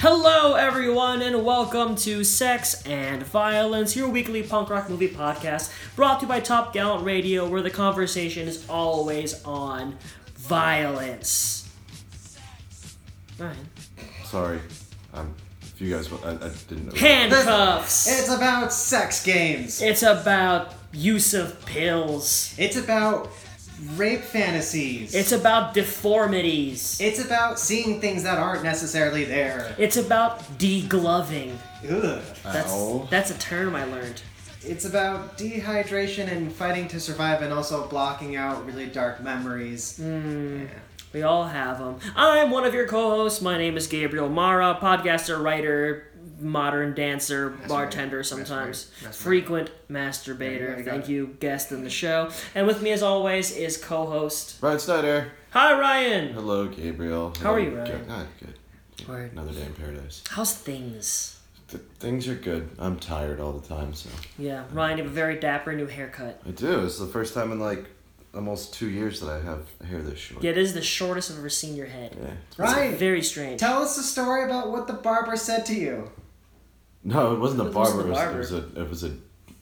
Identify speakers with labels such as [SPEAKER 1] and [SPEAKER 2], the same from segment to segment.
[SPEAKER 1] Hello, everyone, and welcome to Sex and Violence, your weekly punk rock movie podcast brought to you by Top Gallant Radio, where the conversation is always on violence. Ryan.
[SPEAKER 2] Sorry. Um, if you guys, wa- I, I didn't know.
[SPEAKER 1] Handcuffs!
[SPEAKER 3] It's about sex games.
[SPEAKER 1] It's about use of pills,
[SPEAKER 3] It's about rape fantasies.
[SPEAKER 1] it's about deformities,
[SPEAKER 3] it's about seeing things that aren't necessarily there.
[SPEAKER 1] it's about degloving.
[SPEAKER 3] Ugh.
[SPEAKER 1] That's,
[SPEAKER 2] Ow.
[SPEAKER 1] that's a term I learned.
[SPEAKER 3] It's about dehydration and fighting to survive and also blocking out really dark memories.
[SPEAKER 1] We all have them. I'm one of your co-hosts. My name is Gabriel Mara, podcaster, writer, modern dancer, bartender
[SPEAKER 3] right.
[SPEAKER 1] sometimes,
[SPEAKER 3] That's right. That's right.
[SPEAKER 1] frequent
[SPEAKER 3] Yeah,
[SPEAKER 1] masturbator.
[SPEAKER 3] yeah, you got
[SPEAKER 1] Thank
[SPEAKER 3] it.
[SPEAKER 1] you, guest in the show. And with me as always is co-host.
[SPEAKER 2] Ryan Snyder.
[SPEAKER 1] Hi Ryan.
[SPEAKER 2] Hello, Gabriel.
[SPEAKER 1] How are you,
[SPEAKER 2] Hello,
[SPEAKER 1] Ryan?
[SPEAKER 2] Ga- ah, good. Another day in paradise.
[SPEAKER 1] How's things?
[SPEAKER 2] Th- things are good. I'm tired all the time, so.
[SPEAKER 1] Yeah, Ryan, you have a very dapper new haircut.
[SPEAKER 2] I do. It's the first time in like almost two years that I have hair this short.
[SPEAKER 1] Yeah, it is the shortest I've ever seen your head.
[SPEAKER 2] Yeah.
[SPEAKER 3] Ryan,
[SPEAKER 1] Very strange.
[SPEAKER 3] tell us the story about what the barber said to you.
[SPEAKER 2] No, it wasn't a
[SPEAKER 1] It wasn't
[SPEAKER 2] barber.
[SPEAKER 1] a
[SPEAKER 2] It was, it was a, it was a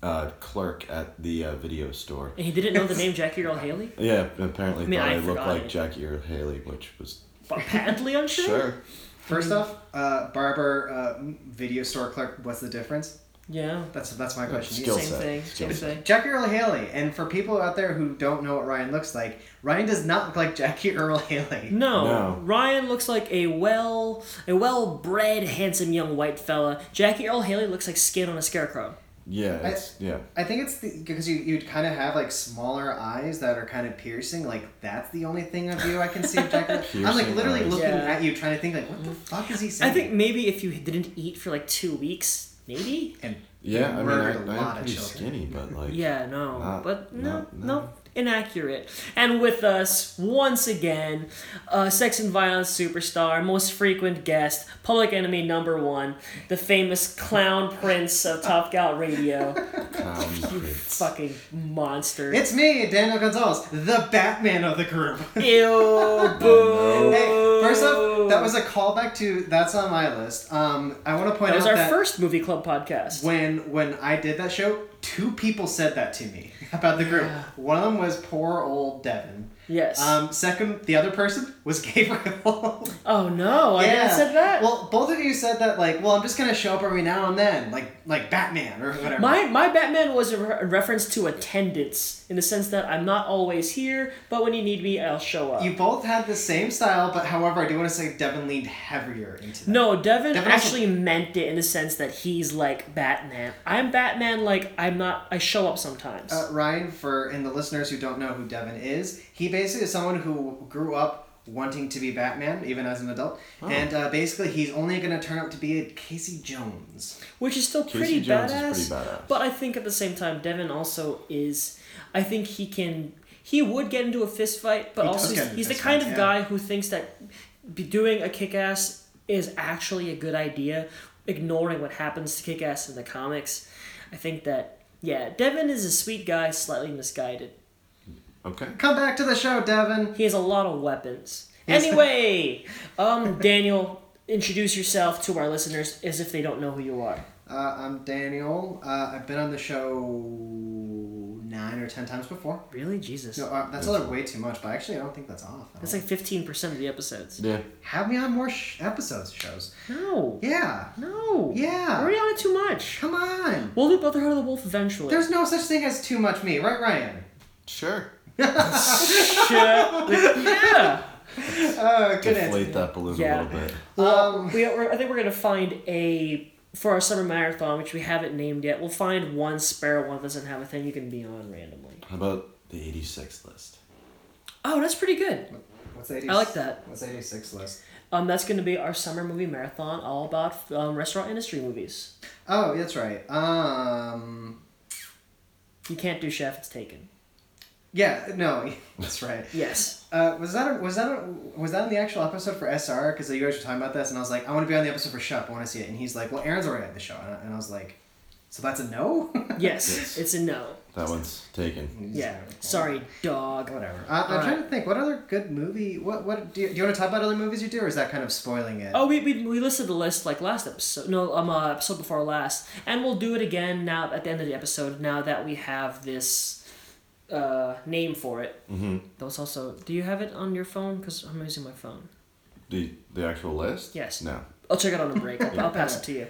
[SPEAKER 2] uh, clerk at the uh, video store.
[SPEAKER 1] And he didn't know the name Jackie Earl Haley.
[SPEAKER 2] Yeah, apparently
[SPEAKER 1] I mean,
[SPEAKER 2] thought
[SPEAKER 1] I
[SPEAKER 2] I, looked
[SPEAKER 1] forgot
[SPEAKER 2] like
[SPEAKER 1] it.
[SPEAKER 2] Jackie Earl Haley, which was
[SPEAKER 1] But patently unsure.
[SPEAKER 2] sure.
[SPEAKER 3] First
[SPEAKER 1] Mm.
[SPEAKER 3] off, uh, barber, uh, video store clerk. What's the difference?
[SPEAKER 1] Yeah.
[SPEAKER 3] That's that's my question.
[SPEAKER 2] Uh, Skill
[SPEAKER 1] Same
[SPEAKER 2] set.
[SPEAKER 1] thing.
[SPEAKER 2] Skill
[SPEAKER 1] Same
[SPEAKER 2] set.
[SPEAKER 1] thing.
[SPEAKER 3] Jackie Earl Haley, and for people out there who don't know what Ryan looks like, Ryan does not look like Jackie Earl Haley.
[SPEAKER 1] No,
[SPEAKER 2] No.
[SPEAKER 1] Ryan looks like a well a well bred, handsome young white fella. Jackie Earl Haley looks like skin on a scarecrow.
[SPEAKER 2] Yeah, it's, yeah.
[SPEAKER 3] I think it's the, because you you'd kind of have like smaller eyes that are kind of piercing. Like that's the only thing of you I can see. Of Jackie. I'm like
[SPEAKER 2] Piercing
[SPEAKER 3] literally
[SPEAKER 2] eyes.
[SPEAKER 3] looking
[SPEAKER 1] Yeah. Mm.
[SPEAKER 3] at you, trying to think like, what the fuck is he
[SPEAKER 1] I
[SPEAKER 3] saying?
[SPEAKER 1] think maybe if you didn't eat for like two weeks, maybe.
[SPEAKER 3] and
[SPEAKER 2] Yeah, I mean, I,
[SPEAKER 3] murdered a lot
[SPEAKER 2] I'm
[SPEAKER 3] of
[SPEAKER 2] pretty
[SPEAKER 3] children.
[SPEAKER 2] skinny, but like.
[SPEAKER 1] Yeah, no,
[SPEAKER 2] Not-
[SPEAKER 1] but no,
[SPEAKER 2] not-
[SPEAKER 1] no,
[SPEAKER 2] no.
[SPEAKER 1] inaccurate. And with us once again, uh, sex and violence superstar, most frequent guest, public enemy number one, the famous clown prince of Top Gal Radio,
[SPEAKER 2] Um,
[SPEAKER 1] fucking monster.
[SPEAKER 3] it's me, Daniel Gonzalez, the Batman of the group.
[SPEAKER 1] Ew, boo.
[SPEAKER 3] hey, first off, that was a callback to that's on my list. Um, I want to
[SPEAKER 1] That
[SPEAKER 3] point out
[SPEAKER 1] was our
[SPEAKER 3] that
[SPEAKER 1] first movie club podcast.
[SPEAKER 3] when when I did that show, two people said that to me about the group. One of them was poor old Devin.
[SPEAKER 1] yes.
[SPEAKER 3] Um, second, the other person was Gabriel.
[SPEAKER 1] oh no, I didn't said that.
[SPEAKER 3] Well, both of you said that like, well, I'm just gonna show up every now and then, like like Batman or whatever.
[SPEAKER 1] my my Batman was a re- reference to attendance in the sense that I'm not always here, but when you need me, I'll show up.
[SPEAKER 3] you both had the same style, but however, I do want to say Devin leaned heavier into that.
[SPEAKER 1] no, Devin,
[SPEAKER 3] Devin also-
[SPEAKER 1] actually meant it in the sense that he's like Batman. I'm Batman, like I'm not. I show up sometimes.
[SPEAKER 3] Uh, Ryan, for and the listeners who don't know who Devin is, he basically is someone who grew up wanting to be Batman, even as an adult,
[SPEAKER 1] Oh.
[SPEAKER 3] and uh, basically he's only gonna turn out to be a Casey Jones.
[SPEAKER 1] which is still
[SPEAKER 2] Casey
[SPEAKER 1] pretty
[SPEAKER 2] Jones is
[SPEAKER 1] badass,
[SPEAKER 2] pretty badass.
[SPEAKER 1] But I think at the same time, Devin also is. I think he can. He would get into a fist fight, but
[SPEAKER 3] He does
[SPEAKER 1] also
[SPEAKER 3] get
[SPEAKER 1] he's,
[SPEAKER 3] into
[SPEAKER 1] he's the
[SPEAKER 3] fist
[SPEAKER 1] kind
[SPEAKER 3] fights,
[SPEAKER 1] of
[SPEAKER 3] yeah.
[SPEAKER 1] guy who thinks that be doing a kick ass is actually a good idea, ignoring what happens to kick ass in the comics. I think that yeah, Devin is a sweet guy, slightly misguided.
[SPEAKER 2] okay.
[SPEAKER 3] Come back to the show, Devin.
[SPEAKER 1] He has a lot of weapons.
[SPEAKER 3] Yes.
[SPEAKER 1] Anyway, um, Daniel, introduce yourself to our listeners as if they don't know who you are.
[SPEAKER 3] Uh, I'm Daniel. Uh, I've been on the show nine or ten times before.
[SPEAKER 1] Really, Jesus,
[SPEAKER 3] No, uh, that's other way too much, but actually, I don't think that's off.
[SPEAKER 1] that's like fifteen percent of the episodes.
[SPEAKER 2] Yeah.
[SPEAKER 3] Have me on more sh- episodes, shows.
[SPEAKER 1] No.
[SPEAKER 3] Yeah.
[SPEAKER 1] No.
[SPEAKER 3] Yeah.
[SPEAKER 1] We're on it too much.
[SPEAKER 3] Come on.
[SPEAKER 1] We'll do Brotherhood of the Wolf eventually.
[SPEAKER 3] There's no such thing as too much me, right, Ryan?
[SPEAKER 2] Sure.
[SPEAKER 1] shit. yeah.
[SPEAKER 3] Uh, good answer.
[SPEAKER 2] Deflate that balloon
[SPEAKER 1] Yeah.
[SPEAKER 2] a little bit.
[SPEAKER 1] Well, we, we're, I think we're gonna find a for our summer marathon, which we haven't named yet. We'll find one spare one that doesn't have a thing you can be on randomly.
[SPEAKER 2] How about the 86 list?
[SPEAKER 1] Oh, that's pretty good.
[SPEAKER 3] What's 80,
[SPEAKER 1] I like that.
[SPEAKER 3] What's 86 list?
[SPEAKER 1] Um, that's gonna be our summer movie marathon, all about um, restaurant industry movies.
[SPEAKER 3] Oh, that's right. Um,
[SPEAKER 1] You can't do Chef; it's taken.
[SPEAKER 3] yeah, no, that's right.
[SPEAKER 1] Yes.
[SPEAKER 3] Uh, was that a, was that a, was that in the actual episode for SR? Because you guys were talking about this, and I was like, I want to be on the episode for Shep. I want to see it. And he's like, Well, Aaron's already at the show, and I, and I was like, So that's a no.
[SPEAKER 1] Yes. It's a no.
[SPEAKER 2] That one's taken.
[SPEAKER 1] Yeah. Sorry, dog.
[SPEAKER 3] Whatever. I, I'm
[SPEAKER 1] All
[SPEAKER 3] trying to think. What other good movie? What what do you, do you want to talk about other movies you do, or is that kind of spoiling it?
[SPEAKER 1] Oh, we, we, we listed the list like last episode. No, um, uh, episode before last, and we'll do it again now at the end of the episode. Now that we have this uh, name for it. Mm-hmm. That was also. Do you have it on your phone? Because I'm using my phone.
[SPEAKER 2] The the actual list?
[SPEAKER 1] Yes.
[SPEAKER 2] No.
[SPEAKER 1] I'll check it on a break. I'll, I'll pass it to you.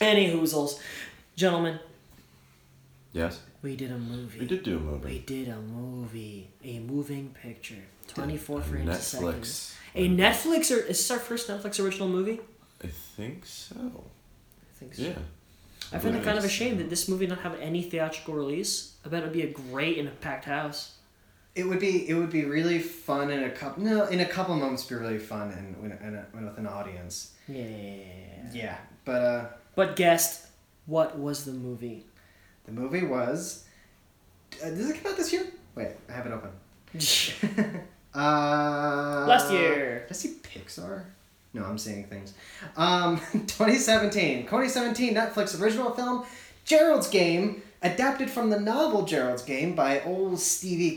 [SPEAKER 1] Any hoozles, gentlemen.
[SPEAKER 2] Yes.
[SPEAKER 1] We did a movie.
[SPEAKER 2] We did do a
[SPEAKER 1] We
[SPEAKER 2] movie.
[SPEAKER 1] did a movie, a moving picture, twenty four frames a second.
[SPEAKER 2] Netflix.
[SPEAKER 1] A Netflix or is this our first Netflix original movie?
[SPEAKER 2] I think so.
[SPEAKER 1] I think so.
[SPEAKER 2] Yeah.
[SPEAKER 1] I find it kind of a
[SPEAKER 2] Yes.
[SPEAKER 1] shame that this movie not have any theatrical release. I bet it'd be a great in a packed house.
[SPEAKER 3] It would be it would be really fun in a couple no in a couple moments be really fun and when and uh, when with an audience.
[SPEAKER 1] Yeah.
[SPEAKER 3] Yeah, but uh,
[SPEAKER 1] But guessed what was the movie?
[SPEAKER 3] the movie was. Uh, did it come out this year? Wait, I have it open. Uh,
[SPEAKER 1] Last year.
[SPEAKER 3] Did I see Pixar? No, I'm seeing things. Um, 2017. 2017 Netflix original film, Gerald's Game, adapted from the novel Gerald's Game by old Stevie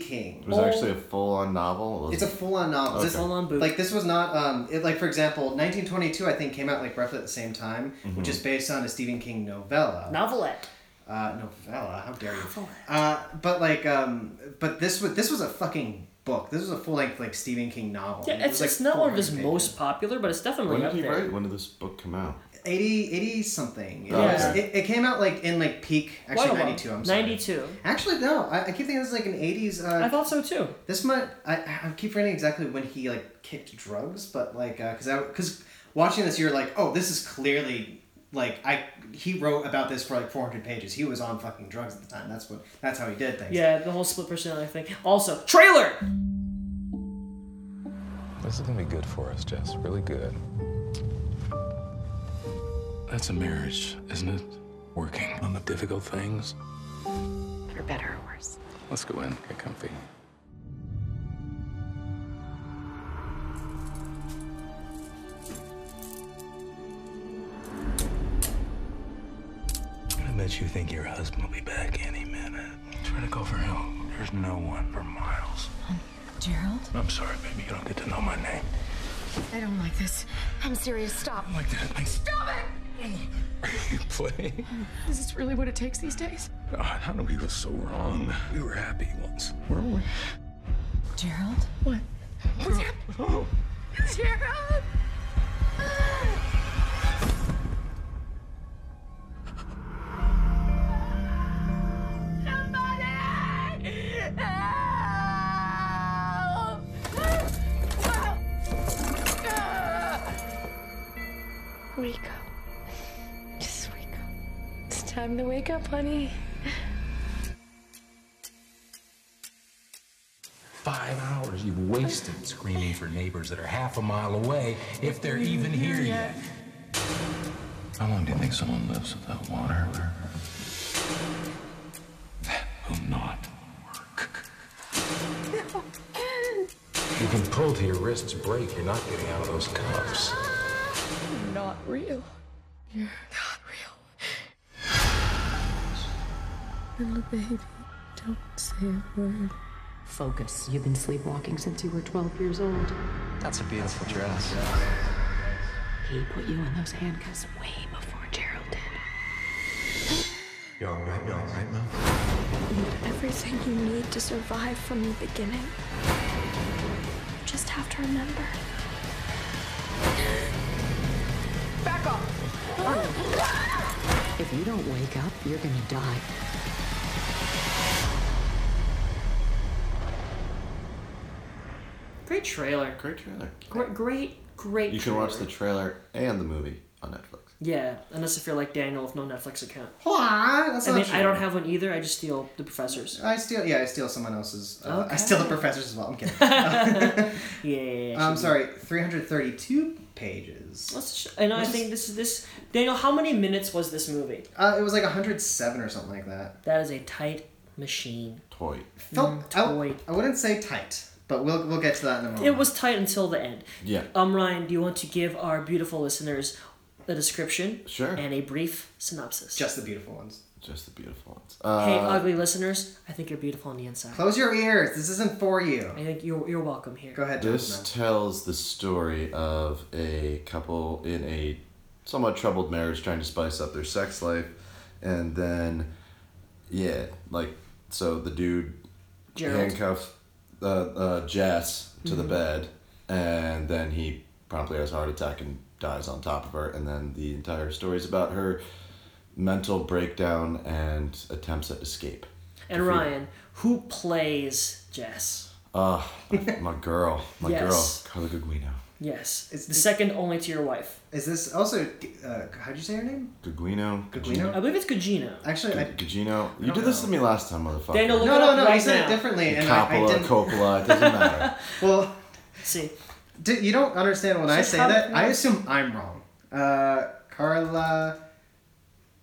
[SPEAKER 2] It
[SPEAKER 3] King.
[SPEAKER 2] was
[SPEAKER 1] Oh.
[SPEAKER 2] actually a full on novel.
[SPEAKER 3] It's a full-on novel. This-
[SPEAKER 1] Hold on, boo.
[SPEAKER 3] like this was not um it, like for example 1922 i think came out like roughly at the same time
[SPEAKER 2] Mm-hmm.
[SPEAKER 3] which is based on a stephen king novella
[SPEAKER 1] Novelette.
[SPEAKER 3] uh novella how dare you uh but like um but this was this was a fucking book this was a full-length like stephen king novel
[SPEAKER 1] Yeah,
[SPEAKER 3] It
[SPEAKER 1] it's,
[SPEAKER 3] was, like,
[SPEAKER 1] it's not one of his
[SPEAKER 3] 400
[SPEAKER 1] most popular, but it's definitely
[SPEAKER 2] When
[SPEAKER 1] up
[SPEAKER 2] did he
[SPEAKER 1] there.
[SPEAKER 2] write? When did this book come out?
[SPEAKER 3] pages. 80 80 something it,
[SPEAKER 2] Oh,
[SPEAKER 3] was,
[SPEAKER 2] okay.
[SPEAKER 3] it, it came out like in like peak
[SPEAKER 1] Quite a
[SPEAKER 3] actually
[SPEAKER 1] while.
[SPEAKER 3] 92 i'm sorry
[SPEAKER 1] 92.
[SPEAKER 3] actually no I, I keep thinking this is like an 80s uh
[SPEAKER 1] I thought so too.
[SPEAKER 3] This might I, I keep forgetting exactly when he like kicked drugs, but like because I because watching this you're like oh this is clearly like I he wrote about this for like 400 pages. He was on fucking drugs at the time. That's what that's how he did things.
[SPEAKER 1] Yeah, the whole split personality thing. Also, trailer!
[SPEAKER 4] This is gonna be good for us, Jess. Really good.
[SPEAKER 5] That's a marriage, isn't it? Working on the difficult things.
[SPEAKER 6] for better or worse.
[SPEAKER 5] Let's go in, get comfy.
[SPEAKER 4] I bet you think your husband will be back any minute.
[SPEAKER 5] Try to go for help. There's no one for miles.
[SPEAKER 6] Um, Gerald?
[SPEAKER 5] I'm sorry, baby. You don't get to know my name.
[SPEAKER 6] I don't like this. I'm serious. Stop.
[SPEAKER 5] Like that. I stop it. Are you playing?
[SPEAKER 6] Is this really what it takes these days?
[SPEAKER 5] God, how do Oh, we go so wrong? We were happy once, weren't we?
[SPEAKER 6] Gerald? What? What's happening?
[SPEAKER 5] Oh,
[SPEAKER 6] Gerald! Somebody! Help! Wake up. Just wake up. It's time to wake up, honey.
[SPEAKER 7] Five hours you've wasted screaming for neighbors that are half a mile away, if they're even here yet.
[SPEAKER 5] how long do you think someone lives without water? That will not work.
[SPEAKER 7] You can pull till your wrists break. You're not getting out of those cuffs.
[SPEAKER 6] not real. You're not real. Little baby, don't say a word.
[SPEAKER 8] Focus. You've been sleepwalking since you were 12 years old.
[SPEAKER 9] That's a beautiful dress.
[SPEAKER 8] He put you in those handcuffs way before Gerald did.
[SPEAKER 7] You all right? You all right, Mom?
[SPEAKER 10] everything you need to survive from the beginning. You just have to remember.
[SPEAKER 8] If you don't wake up, you're gonna die.
[SPEAKER 1] Great trailer.
[SPEAKER 2] Great trailer.
[SPEAKER 1] Great, great, great
[SPEAKER 2] You can watch the
[SPEAKER 1] trailer.
[SPEAKER 2] trailer and the movie on Netflix.
[SPEAKER 1] Yeah, unless if you're like Daniel with no Netflix account.
[SPEAKER 3] Why? That's
[SPEAKER 1] I
[SPEAKER 3] not
[SPEAKER 1] mean,
[SPEAKER 3] true.
[SPEAKER 1] I don't have one either. I just steal the professor's.
[SPEAKER 3] I steal. Yeah, I steal someone else's. Uh, I steal the professor's as well. I'm kidding.
[SPEAKER 1] Yeah.
[SPEAKER 3] I'm sorry. 332 pages.
[SPEAKER 1] Let's sh- and I think this is this Daniel. How many minutes was this movie?
[SPEAKER 3] Uh, it was like 107 or something like that.
[SPEAKER 1] That is a tight machine.
[SPEAKER 2] Toy.
[SPEAKER 3] Felt.
[SPEAKER 1] Mm, toy.
[SPEAKER 3] I, I wouldn't say tight, but we'll we'll get to that in a moment.
[SPEAKER 1] It was tight until the end.
[SPEAKER 2] Yeah.
[SPEAKER 1] Um, Ryan, do you want to give our beautiful listeners a description?
[SPEAKER 2] Sure.
[SPEAKER 1] And a brief synopsis.
[SPEAKER 3] just the beautiful ones.
[SPEAKER 2] Just the beautiful ones. Uh,
[SPEAKER 1] hey, ugly listeners, I think you're beautiful on the inside.
[SPEAKER 3] Close your ears. This isn't for you.
[SPEAKER 1] I think you're, you're welcome here.
[SPEAKER 3] Go ahead,
[SPEAKER 2] This
[SPEAKER 3] Jonathan.
[SPEAKER 2] tells the story of a couple in a somewhat troubled marriage trying to spice up their sex life. And then, yeah, like, so the dude
[SPEAKER 1] Gerald. Mm-hmm.
[SPEAKER 2] handcuffed uh, uh, Jess to the bed, and then he promptly has a heart attack and dies on top of her. And then the entire story is about her mental breakdown and attempts at escape.
[SPEAKER 1] And Ryan, who plays Jess?
[SPEAKER 2] Ah, my, my girl, my
[SPEAKER 1] Yes.
[SPEAKER 2] girl, Carla Guguino.
[SPEAKER 1] Yes. It's
[SPEAKER 3] It's-
[SPEAKER 1] the second only to your wife.
[SPEAKER 3] Is this also? Uh, how'd you say her name?
[SPEAKER 2] Guguino.
[SPEAKER 1] I
[SPEAKER 3] Gaguino.
[SPEAKER 1] believe it's Gugino.
[SPEAKER 3] Actually, I,
[SPEAKER 2] Gugino. You did this to me last time, motherfucker.
[SPEAKER 1] Daniel, look
[SPEAKER 3] no,
[SPEAKER 1] it
[SPEAKER 3] no,
[SPEAKER 1] up
[SPEAKER 3] no.
[SPEAKER 1] right
[SPEAKER 3] you said
[SPEAKER 1] now.
[SPEAKER 3] it differently, and I, I
[SPEAKER 2] Coppola,
[SPEAKER 3] didn't.
[SPEAKER 2] Coppola, it doesn't matter.
[SPEAKER 3] Well,
[SPEAKER 1] See,
[SPEAKER 3] d- you don't understand when I
[SPEAKER 1] Just
[SPEAKER 3] say
[SPEAKER 1] how-
[SPEAKER 3] that. I assume I'm wrong. Uh, Carla.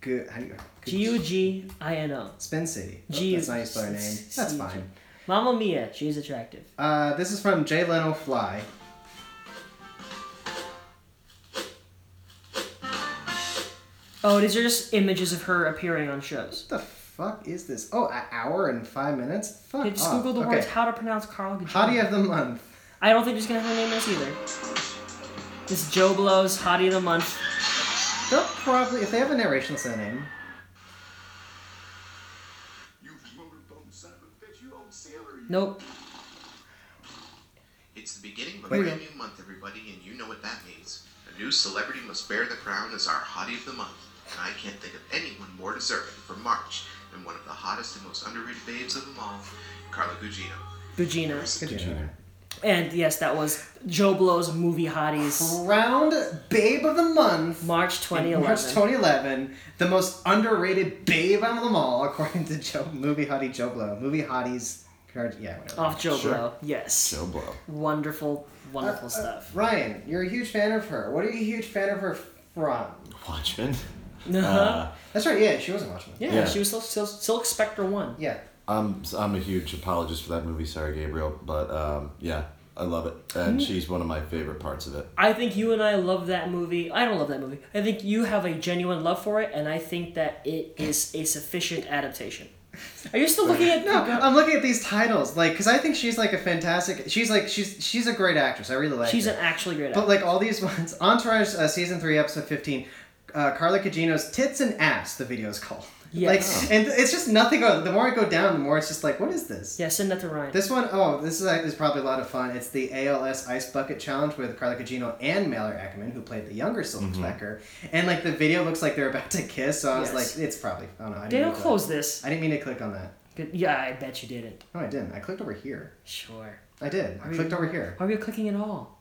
[SPEAKER 3] Good. How do you?
[SPEAKER 1] G U G I N O.
[SPEAKER 3] Spin City.
[SPEAKER 1] G-
[SPEAKER 3] That's nice by name. That's
[SPEAKER 1] C-
[SPEAKER 3] fine.
[SPEAKER 1] Mamma Mia, she's attractive.
[SPEAKER 3] Uh, this is from Jay Leno Fly.
[SPEAKER 1] Oh, these are just images of her appearing on shows.
[SPEAKER 3] What the fuck is this? Oh, an hour and five minutes? Fuck
[SPEAKER 1] Just
[SPEAKER 2] Oh,
[SPEAKER 3] off.
[SPEAKER 1] Google the
[SPEAKER 3] okay.
[SPEAKER 1] words how to pronounce Carl Gugino.
[SPEAKER 3] Hottie of the month.
[SPEAKER 1] I don't think she's gonna have her name as either. This Joe Blow's Hottie of the Month.
[SPEAKER 3] They'll probably, if they have a narration surname,
[SPEAKER 1] Nope.
[SPEAKER 11] It's the beginning of a
[SPEAKER 3] Wait.
[SPEAKER 11] brand new month, everybody, and you know what that means. A new celebrity must bear the crown as our hottie of the month. And I can't think of anyone more deserving for March than one of the hottest and most underrated babes of them all, Carla Gugino.
[SPEAKER 1] Gugino.
[SPEAKER 3] good job.
[SPEAKER 1] And yes, that was Joe Blow's movie Hotties,
[SPEAKER 3] Round Babe of the Month.
[SPEAKER 1] March 2011.
[SPEAKER 3] in March 2011, the most underrated babe out of them all, according to Joe, movie hottie Joe Blow. Movie hotties, card- yeah, whatever.
[SPEAKER 1] Off Joe
[SPEAKER 2] Sure.
[SPEAKER 1] Blow. Yes.
[SPEAKER 2] Joe Uh, Blow.
[SPEAKER 1] Wonderful, wonderful stuff.
[SPEAKER 3] Ryan, you're a huge fan of her. What are you a huge fan of her from?
[SPEAKER 2] Watchmen.
[SPEAKER 1] Uh-huh.
[SPEAKER 2] Uh,
[SPEAKER 3] That's right, yeah, she was in Watchmen.
[SPEAKER 1] yeah,
[SPEAKER 2] yeah.
[SPEAKER 1] she was still, still, still Spectre 1.
[SPEAKER 3] Yeah.
[SPEAKER 2] I'm I'm a huge apologist for that movie. Sorry, Gabriel, but um, yeah, I love it, and she's one of my favorite parts of it.
[SPEAKER 1] I think you and I love that movie. I don't love that movie. I think you have a genuine love for it, and I think that it is a sufficient adaptation. Are you still looking at?
[SPEAKER 3] No, I'm looking at these titles, like, because I think she's like a fantastic. She's like she's she's a great actress. I really like.
[SPEAKER 1] She's
[SPEAKER 3] her.
[SPEAKER 1] an actually great actor.
[SPEAKER 3] But like all these ones, Entourage uh, season three, episode fifteen, uh, Carla Cagino's "Tits and Ass." The video is called.
[SPEAKER 1] Yes.
[SPEAKER 3] Like, and it's just nothing. on- The more I go down, the more it's just like, what is this?
[SPEAKER 1] yeah, send that to Ryan.
[SPEAKER 3] This one, oh, this is, like, is probably a lot of fun. It's the ALS Ice Bucket Challenge with Carla Cagino and Mallory Ackerman, who played the younger Silver
[SPEAKER 2] Mm-hmm.
[SPEAKER 3] Flecker. And like the video looks like they're about to kiss, so I was
[SPEAKER 1] Yes.
[SPEAKER 3] like, it's probably. Oh no, I didn't.
[SPEAKER 1] Daniel,
[SPEAKER 3] mean to-
[SPEAKER 1] close this.
[SPEAKER 3] I didn't mean to click on that.
[SPEAKER 1] Good- Yeah, I bet you didn't.
[SPEAKER 3] No, I didn't. I clicked over here.
[SPEAKER 1] Sure.
[SPEAKER 3] I did. I
[SPEAKER 1] we-
[SPEAKER 3] clicked over here
[SPEAKER 1] Why were you clicking at all?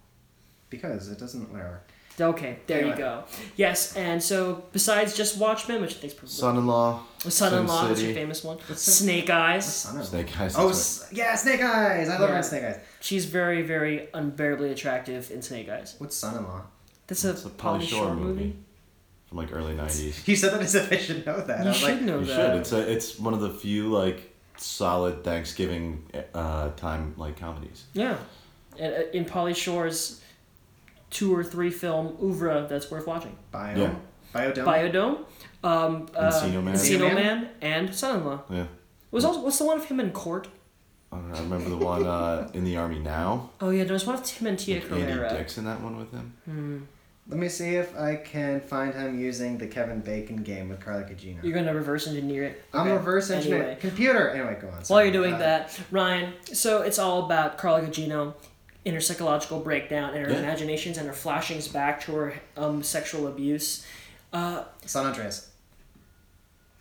[SPEAKER 3] because it doesn't. Whatever.
[SPEAKER 1] Okay, there you
[SPEAKER 3] Anyway.
[SPEAKER 1] go. Yes, and so besides just Watchmen, which I think's pretty
[SPEAKER 2] Son-in-law.
[SPEAKER 1] Son-in-law,
[SPEAKER 2] Sin
[SPEAKER 1] that's your
[SPEAKER 2] City.
[SPEAKER 1] famous one. Snake Eyes.
[SPEAKER 3] I don't know.
[SPEAKER 2] Snake Eyes.
[SPEAKER 3] Oh,
[SPEAKER 2] that's
[SPEAKER 3] s- yeah, Snake Eyes. I love
[SPEAKER 1] Yeah.
[SPEAKER 3] Red Snake Eyes.
[SPEAKER 1] She's very, very unbearably attractive in Snake Eyes.
[SPEAKER 3] What's son-in-law?
[SPEAKER 1] That's a,
[SPEAKER 2] It's a
[SPEAKER 1] Polly Shore, movie.
[SPEAKER 2] from like early '90s.
[SPEAKER 3] He said that as if I should know that.
[SPEAKER 1] You
[SPEAKER 3] I was
[SPEAKER 1] should
[SPEAKER 3] like,
[SPEAKER 1] know
[SPEAKER 2] You
[SPEAKER 1] that.
[SPEAKER 2] should. It's a, it's one of the few like solid Thanksgiving uh, time like comedies.
[SPEAKER 1] Yeah. And, uh, in Polly Shore's two or three film oeuvre that's worth watching
[SPEAKER 3] Biome.
[SPEAKER 2] Yeah.
[SPEAKER 3] Biodome.
[SPEAKER 1] Biodome, um, uh,
[SPEAKER 2] Encino Oh. Man.
[SPEAKER 1] Encino
[SPEAKER 3] Encino
[SPEAKER 1] Man, and Son in Law.
[SPEAKER 2] Yeah,
[SPEAKER 1] Was also, what's the one of him in court?
[SPEAKER 2] I, don't know, I remember the one uh, in the army now.
[SPEAKER 1] Oh, yeah, there's one of Tim and Tia
[SPEAKER 2] Andy
[SPEAKER 1] Carrera.
[SPEAKER 2] Dixon, that one with him.
[SPEAKER 3] Let me see if I can find him using the Kevin Bacon game with Carla Cagino.
[SPEAKER 1] You're going to reverse engineer it.
[SPEAKER 3] I'm
[SPEAKER 1] Okay.
[SPEAKER 3] reverse engineering.
[SPEAKER 1] Anyway.
[SPEAKER 3] Computer. Anyway, go on.
[SPEAKER 1] While
[SPEAKER 3] sorry.
[SPEAKER 1] you're doing
[SPEAKER 3] Uh,
[SPEAKER 1] that, Ryan, so it's all about Carla Gugino, in her psychological breakdown, and her
[SPEAKER 2] Yeah.
[SPEAKER 1] imaginations, and her flashings back to her um, sexual abuse.
[SPEAKER 3] San Andreas.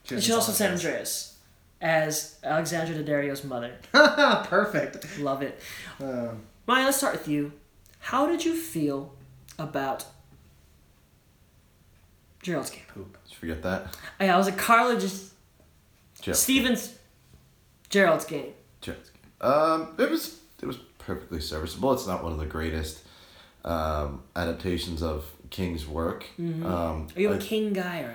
[SPEAKER 3] She
[SPEAKER 1] And
[SPEAKER 3] was
[SPEAKER 1] she's
[SPEAKER 3] in
[SPEAKER 1] also San Andreas as Alexandra Daddario's mother.
[SPEAKER 3] Ah, perfect.
[SPEAKER 1] Love it.
[SPEAKER 3] Uh.
[SPEAKER 1] Ryan, let's start with you. How did you feel about Gerald's Camp?
[SPEAKER 2] Did you forget that?
[SPEAKER 1] I I was a Carla just
[SPEAKER 2] Jeff.
[SPEAKER 1] Stevens Gerald's game.
[SPEAKER 2] Jets game. Um, it was it was perfectly serviceable. It's not one of the greatest um, adaptations of King's work. Um,
[SPEAKER 1] Are you a
[SPEAKER 2] I-
[SPEAKER 1] king guy, Ryan?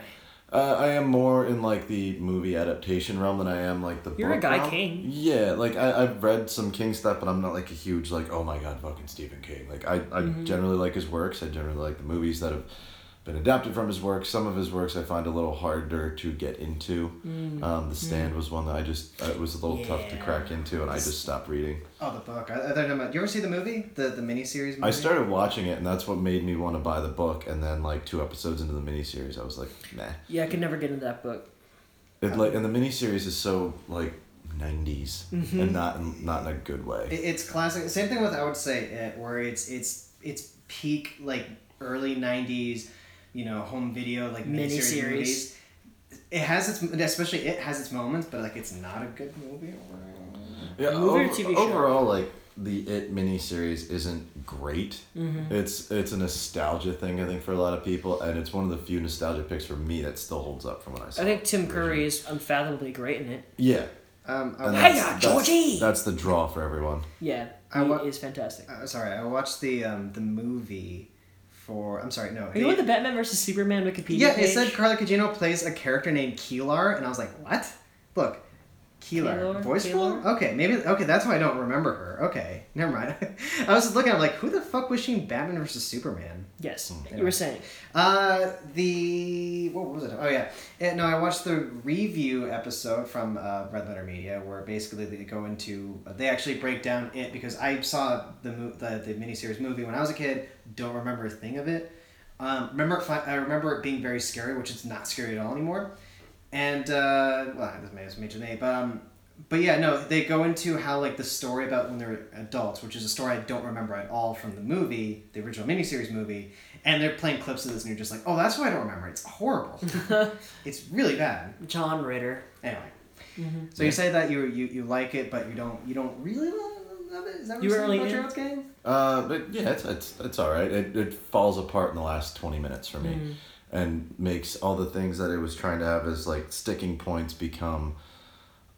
[SPEAKER 2] uh, I am more in like the movie adaptation realm than I am like the.
[SPEAKER 1] You're a
[SPEAKER 2] book
[SPEAKER 1] guy
[SPEAKER 2] realm.
[SPEAKER 1] king.
[SPEAKER 2] Yeah, like I, I've read some King stuff, but I'm not like a huge
[SPEAKER 1] Mm-hmm.
[SPEAKER 2] like oh my god fucking Stephen King. Like I, I generally like his works. I generally like the movies that have been adapted from his work. Some of his works I find a little harder to get into.
[SPEAKER 1] Mm.
[SPEAKER 2] Um,
[SPEAKER 1] Mm.
[SPEAKER 2] the Stand was one that I just uh, it was a little tough to
[SPEAKER 1] Yeah.
[SPEAKER 2] crack into, and I just stopped reading.
[SPEAKER 3] Oh, the book. I, I thought you were talking about. You ever see the movie? The the miniseries. Movie?
[SPEAKER 2] I started watching it, and that's what made me want to buy the book. And then, like two episodes into the miniseries, I was like, "Nah."
[SPEAKER 1] Yeah, I could never get into that book.
[SPEAKER 2] It like and the miniseries is so like '90s,
[SPEAKER 1] Mhm.
[SPEAKER 2] and not in, not in a good way.
[SPEAKER 3] It, it's classic. Same thing with I would say it, where it's it's it's peak like early '90s, you know, home video like miniseries.
[SPEAKER 1] Miniseries.
[SPEAKER 3] movies. It has its especially it has its moments, but like it's not a good movie.
[SPEAKER 2] Yeah,
[SPEAKER 1] Movie or
[SPEAKER 2] ov-
[SPEAKER 1] TV show?
[SPEAKER 2] overall, like the It miniseries isn't great.
[SPEAKER 1] Mhm.
[SPEAKER 2] It's it's a nostalgia thing I think for a lot of people, and it's one of the few nostalgia picks for me that still holds up from when I saw.
[SPEAKER 1] I think
[SPEAKER 2] it
[SPEAKER 1] Tim
[SPEAKER 2] originally.
[SPEAKER 1] Curry is unfathomably great in it.
[SPEAKER 2] Yeah.
[SPEAKER 3] Um, I
[SPEAKER 2] and
[SPEAKER 3] wa-
[SPEAKER 1] Hey,
[SPEAKER 2] that's-
[SPEAKER 1] uh,
[SPEAKER 2] that's-
[SPEAKER 1] Georgie!
[SPEAKER 2] That's the draw for everyone.
[SPEAKER 1] Yeah, he
[SPEAKER 3] I wa-
[SPEAKER 1] is fantastic.
[SPEAKER 3] uh, sorry, I watched the um, the movie for. I'm sorry, no.
[SPEAKER 1] Are you on the Batman versus Superman Wikipedia
[SPEAKER 3] yeah,
[SPEAKER 1] page?
[SPEAKER 3] it said Carla Cugino plays a character named Keelar, and I was like, what? Look, Keelar,
[SPEAKER 1] Keelar?
[SPEAKER 3] voiceful.
[SPEAKER 1] Keelar?
[SPEAKER 3] Okay, maybe. Okay, that's why I don't remember her. Okay, never mind. I was just looking. I'm like, who the fuck was she in Batman versus Superman?
[SPEAKER 1] Yes,
[SPEAKER 3] Mm,
[SPEAKER 1] you were saying.
[SPEAKER 3] Uh, the what was it? Oh yeah, Uh, no, I watched the review episode from uh, Red Letter Media where basically they go into they actually break down it because I saw the mo- the, the miniseries movie when I was a kid. Don't remember a thing of it. Um, remember, it fi- I remember it being very scary, which it's not scary at all anymore. And uh, well, this may as major name, but um, but yeah, no, they go into how like the story about when they're adults, which is a story I don't remember at all from the movie, the original miniseries movie, and they're playing clips of this, and you're just like, oh, that's why I don't remember. It's horrible. it's really bad.
[SPEAKER 1] John Ritter.
[SPEAKER 3] Anyway,
[SPEAKER 1] Mm-hmm.
[SPEAKER 3] so you say that you, you you like it, but you don't you don't really lo- love it. Is that what
[SPEAKER 1] You
[SPEAKER 3] you
[SPEAKER 1] weren't really
[SPEAKER 3] saying about
[SPEAKER 1] in-
[SPEAKER 3] Gerald's game?
[SPEAKER 2] Uh, but yeah, it's it's, it's all right. It, it falls apart in the last twenty minutes for me,
[SPEAKER 1] Mm.
[SPEAKER 2] and makes all the things that it was trying to have as like sticking points become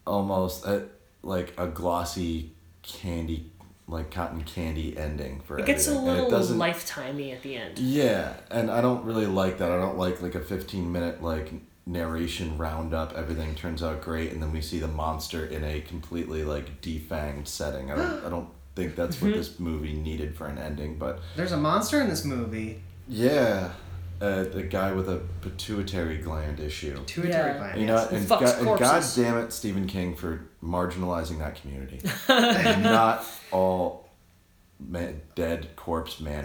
[SPEAKER 2] almost a, like a glossy candy, like cotton candy ending for
[SPEAKER 1] It gets a
[SPEAKER 2] everything. And
[SPEAKER 1] little
[SPEAKER 2] it doesn't,
[SPEAKER 1] lifetimey at the end.
[SPEAKER 2] Yeah, and I don't really like that. I don't like like a fifteen minute like narration roundup. Everything turns out great, and then we see the monster in a completely like defanged setting. I don't. I don't think that's
[SPEAKER 1] Mm-hmm.
[SPEAKER 2] what this movie needed for an ending, but
[SPEAKER 3] There's a monster in this movie.
[SPEAKER 2] yeah, uh, the guy with a pituitary gland issue.
[SPEAKER 3] Pituitary
[SPEAKER 1] Yeah.
[SPEAKER 3] gland.
[SPEAKER 2] You know,
[SPEAKER 3] yes.
[SPEAKER 2] and,
[SPEAKER 1] Fucks
[SPEAKER 2] God, and God
[SPEAKER 1] corpses.
[SPEAKER 2] damn it, Stephen King for marginalizing that community. And not all man, dead corpse man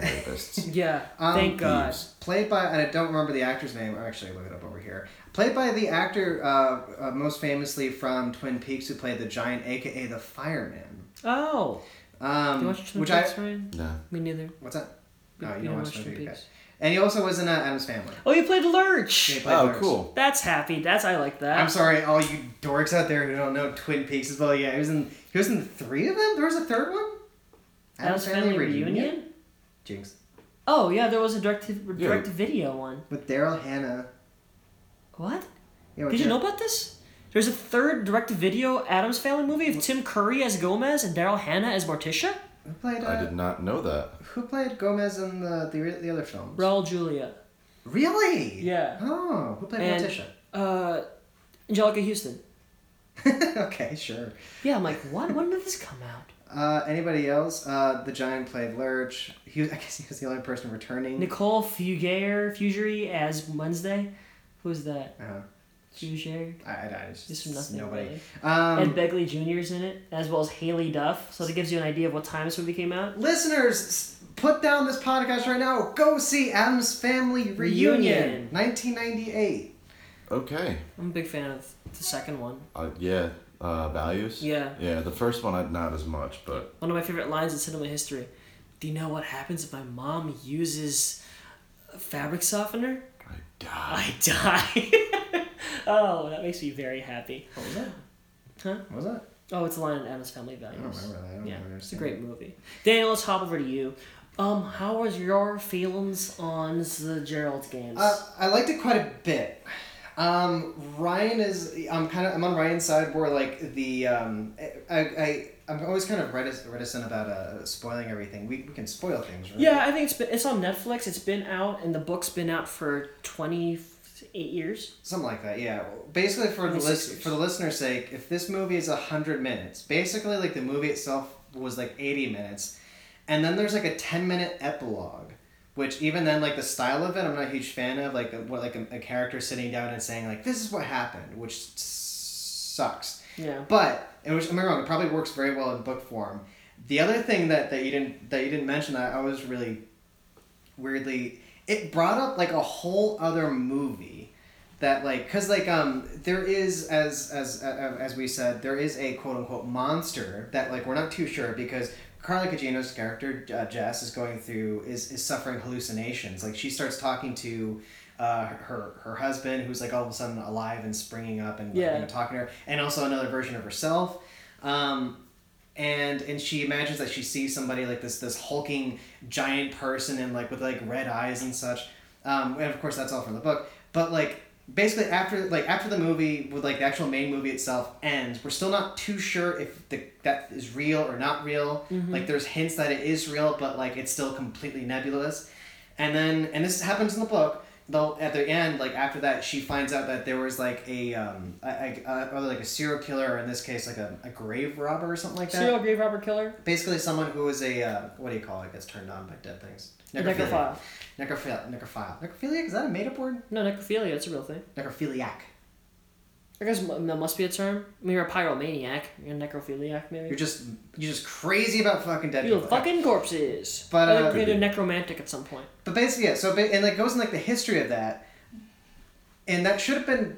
[SPEAKER 2] rapists.
[SPEAKER 1] Yeah,
[SPEAKER 3] Um,
[SPEAKER 1] thank God.
[SPEAKER 2] thieves.
[SPEAKER 3] Played by, and I don't remember the actor's name. I'll actually look it up over here. Played by the actor uh, uh, most famously from Twin Peaks, who played the giant, aka the fireman.
[SPEAKER 1] Oh,
[SPEAKER 3] Um,
[SPEAKER 1] you watched Twin
[SPEAKER 3] which
[SPEAKER 1] Peaks,
[SPEAKER 3] I
[SPEAKER 1] Ryan?
[SPEAKER 2] No.
[SPEAKER 1] Me neither.
[SPEAKER 3] what's that?
[SPEAKER 1] We-
[SPEAKER 3] No,
[SPEAKER 1] we
[SPEAKER 3] you don't
[SPEAKER 1] don't
[SPEAKER 3] watch
[SPEAKER 1] watch
[SPEAKER 3] Twin
[SPEAKER 1] Twin
[SPEAKER 3] Peaks.
[SPEAKER 1] Pews.
[SPEAKER 3] And he also was in uh, Adam's Family.
[SPEAKER 1] Oh, you played Lurch.
[SPEAKER 3] Yeah, he played
[SPEAKER 2] Oh,
[SPEAKER 3] Lars.
[SPEAKER 2] cool.
[SPEAKER 1] That's happy. That's I like that.
[SPEAKER 3] I'm sorry, all you dorks out there who don't know Twin Peaks as well. Yeah, he was in. He was in three of them. There was a third one.
[SPEAKER 1] That was family reunion.
[SPEAKER 3] Jinx
[SPEAKER 1] Oh yeah, there was a direct to, direct video one.
[SPEAKER 3] with Daryl Hannah.
[SPEAKER 1] What?
[SPEAKER 3] Oh, Yeah, with
[SPEAKER 1] Did you
[SPEAKER 3] Dar-
[SPEAKER 1] know about this? There's a third direct to video Adams Family movie of Tim Curry as Gomez and Daryl Hannah as Morticia.
[SPEAKER 3] who played?
[SPEAKER 2] I
[SPEAKER 3] Uh,
[SPEAKER 2] did not know that.
[SPEAKER 3] who played Gomez in the the, the other films?
[SPEAKER 1] Raul Julia.
[SPEAKER 3] Really?
[SPEAKER 1] Yeah.
[SPEAKER 3] Oh, who played
[SPEAKER 1] And-
[SPEAKER 3] Morticia?
[SPEAKER 1] Uh, Angelica Houston.
[SPEAKER 3] okay, sure.
[SPEAKER 1] Yeah, I'm like, what? When did this come out?
[SPEAKER 3] Uh, anybody else? Uh, the giant played Lurch. He was, I guess he was the only person returning.
[SPEAKER 1] Nicole Fugere, Fugere as Wednesday. Who's that?
[SPEAKER 3] Uh,
[SPEAKER 1] Fugere.
[SPEAKER 3] I, I, I just,
[SPEAKER 1] Just from nothing,
[SPEAKER 3] nobody.
[SPEAKER 1] really.
[SPEAKER 3] Um,
[SPEAKER 1] Ed Begley Jr. is in it, as well as Haley Duff. So that gives you an idea of what time this movie came out.
[SPEAKER 3] listeners, s- put down this podcast right now. Go see Adam's Family
[SPEAKER 1] Reunion.
[SPEAKER 3] Reunion, 1998.
[SPEAKER 2] Okay.
[SPEAKER 1] I'm a big fan of the second one.
[SPEAKER 2] Uh, yeah. Uh, values.
[SPEAKER 1] Yeah.
[SPEAKER 2] Yeah. The first one, I, not as much, but
[SPEAKER 1] One of my favorite lines in cinema history. Do you know what happens if my mom uses fabric softener?
[SPEAKER 2] I died.
[SPEAKER 1] I die. oh, that makes me very happy.
[SPEAKER 3] What was that?
[SPEAKER 1] Huh?
[SPEAKER 3] What was that?
[SPEAKER 1] Oh, it's a line in Adam's Family
[SPEAKER 3] I don't
[SPEAKER 1] Values.
[SPEAKER 3] remember that. I don't
[SPEAKER 1] yeah,
[SPEAKER 3] remember
[SPEAKER 1] it's a
[SPEAKER 3] seeing
[SPEAKER 1] great movie. Daniel, let's hop over to you. Um, how was your feelings on the Gerald games?
[SPEAKER 3] Uh, I liked it quite a bit. Um, Ryan is. I'm kind of. I'm on Ryan's side where like the. Um, I, I I'm always kind of retic- reticent about uh, spoiling everything. We, we can spoil things, right?
[SPEAKER 1] yeah, I think it's been it's on Netflix. It's been out, and the book's been out for twenty eight years.
[SPEAKER 3] Something like that. Yeah. Basically, for the
[SPEAKER 1] Maybe six
[SPEAKER 3] list
[SPEAKER 1] years.
[SPEAKER 3] for the listener's sake, if this movie is hundred minutes, basically like the movie itself was like eighty minutes, and then there's like a ten minute epilogue, which even then like the style of it i'm not a huge fan of like a, what like a, a character sitting down and saying like this is what happened which s- sucks
[SPEAKER 1] Yeah.
[SPEAKER 3] but and which i'm wrong it probably works very well in book form the other thing that, that you didn't that you didn't mention that i was really weirdly it brought up like a whole other movie that like because like um there is as as uh, as we said there is a quote unquote monster that like we're not too sure because Carla Cagino's character uh, Jess is going through is is suffering hallucinations like she starts talking to. Uh, her her husband who's like all of a sudden alive and springing up and like,
[SPEAKER 1] Yeah.
[SPEAKER 3] you know, talking to her and also another version of herself um, and and she imagines that she sees somebody like this this hulking giant person and like with like red eyes and such um, and of course that's all from the book but like basically after like after the movie with like the actual main movie itself ends we're still not too sure if the, that is real or not real like there's hints that it is real but like it's still completely nebulous and then and this happens in the book though at the end like after that she finds out that there was like a um a, a, a, either like a serial killer or in this case like a, a grave robber or something like that
[SPEAKER 1] Serial grave robber killer.
[SPEAKER 3] basically someone who is a uh, what do you call it gets turned on by dead things
[SPEAKER 1] A necrophile.
[SPEAKER 3] necrophile necrophile necrophiliac is that a made up word
[SPEAKER 1] No, necrophilia. It's a real thing.
[SPEAKER 3] necrophiliac
[SPEAKER 1] I guess mu- that must be a term. I mean, you're a pyromaniac. You're a necrophiliac, maybe.
[SPEAKER 3] you're just you're just crazy about fucking dead
[SPEAKER 1] You
[SPEAKER 3] people.
[SPEAKER 1] fucking corpses.
[SPEAKER 3] But,
[SPEAKER 1] I think
[SPEAKER 3] uh,
[SPEAKER 1] we're gonna do necromantic at some point.
[SPEAKER 3] But basically, yeah. So ba- and like goes in like the history of that, and that should have been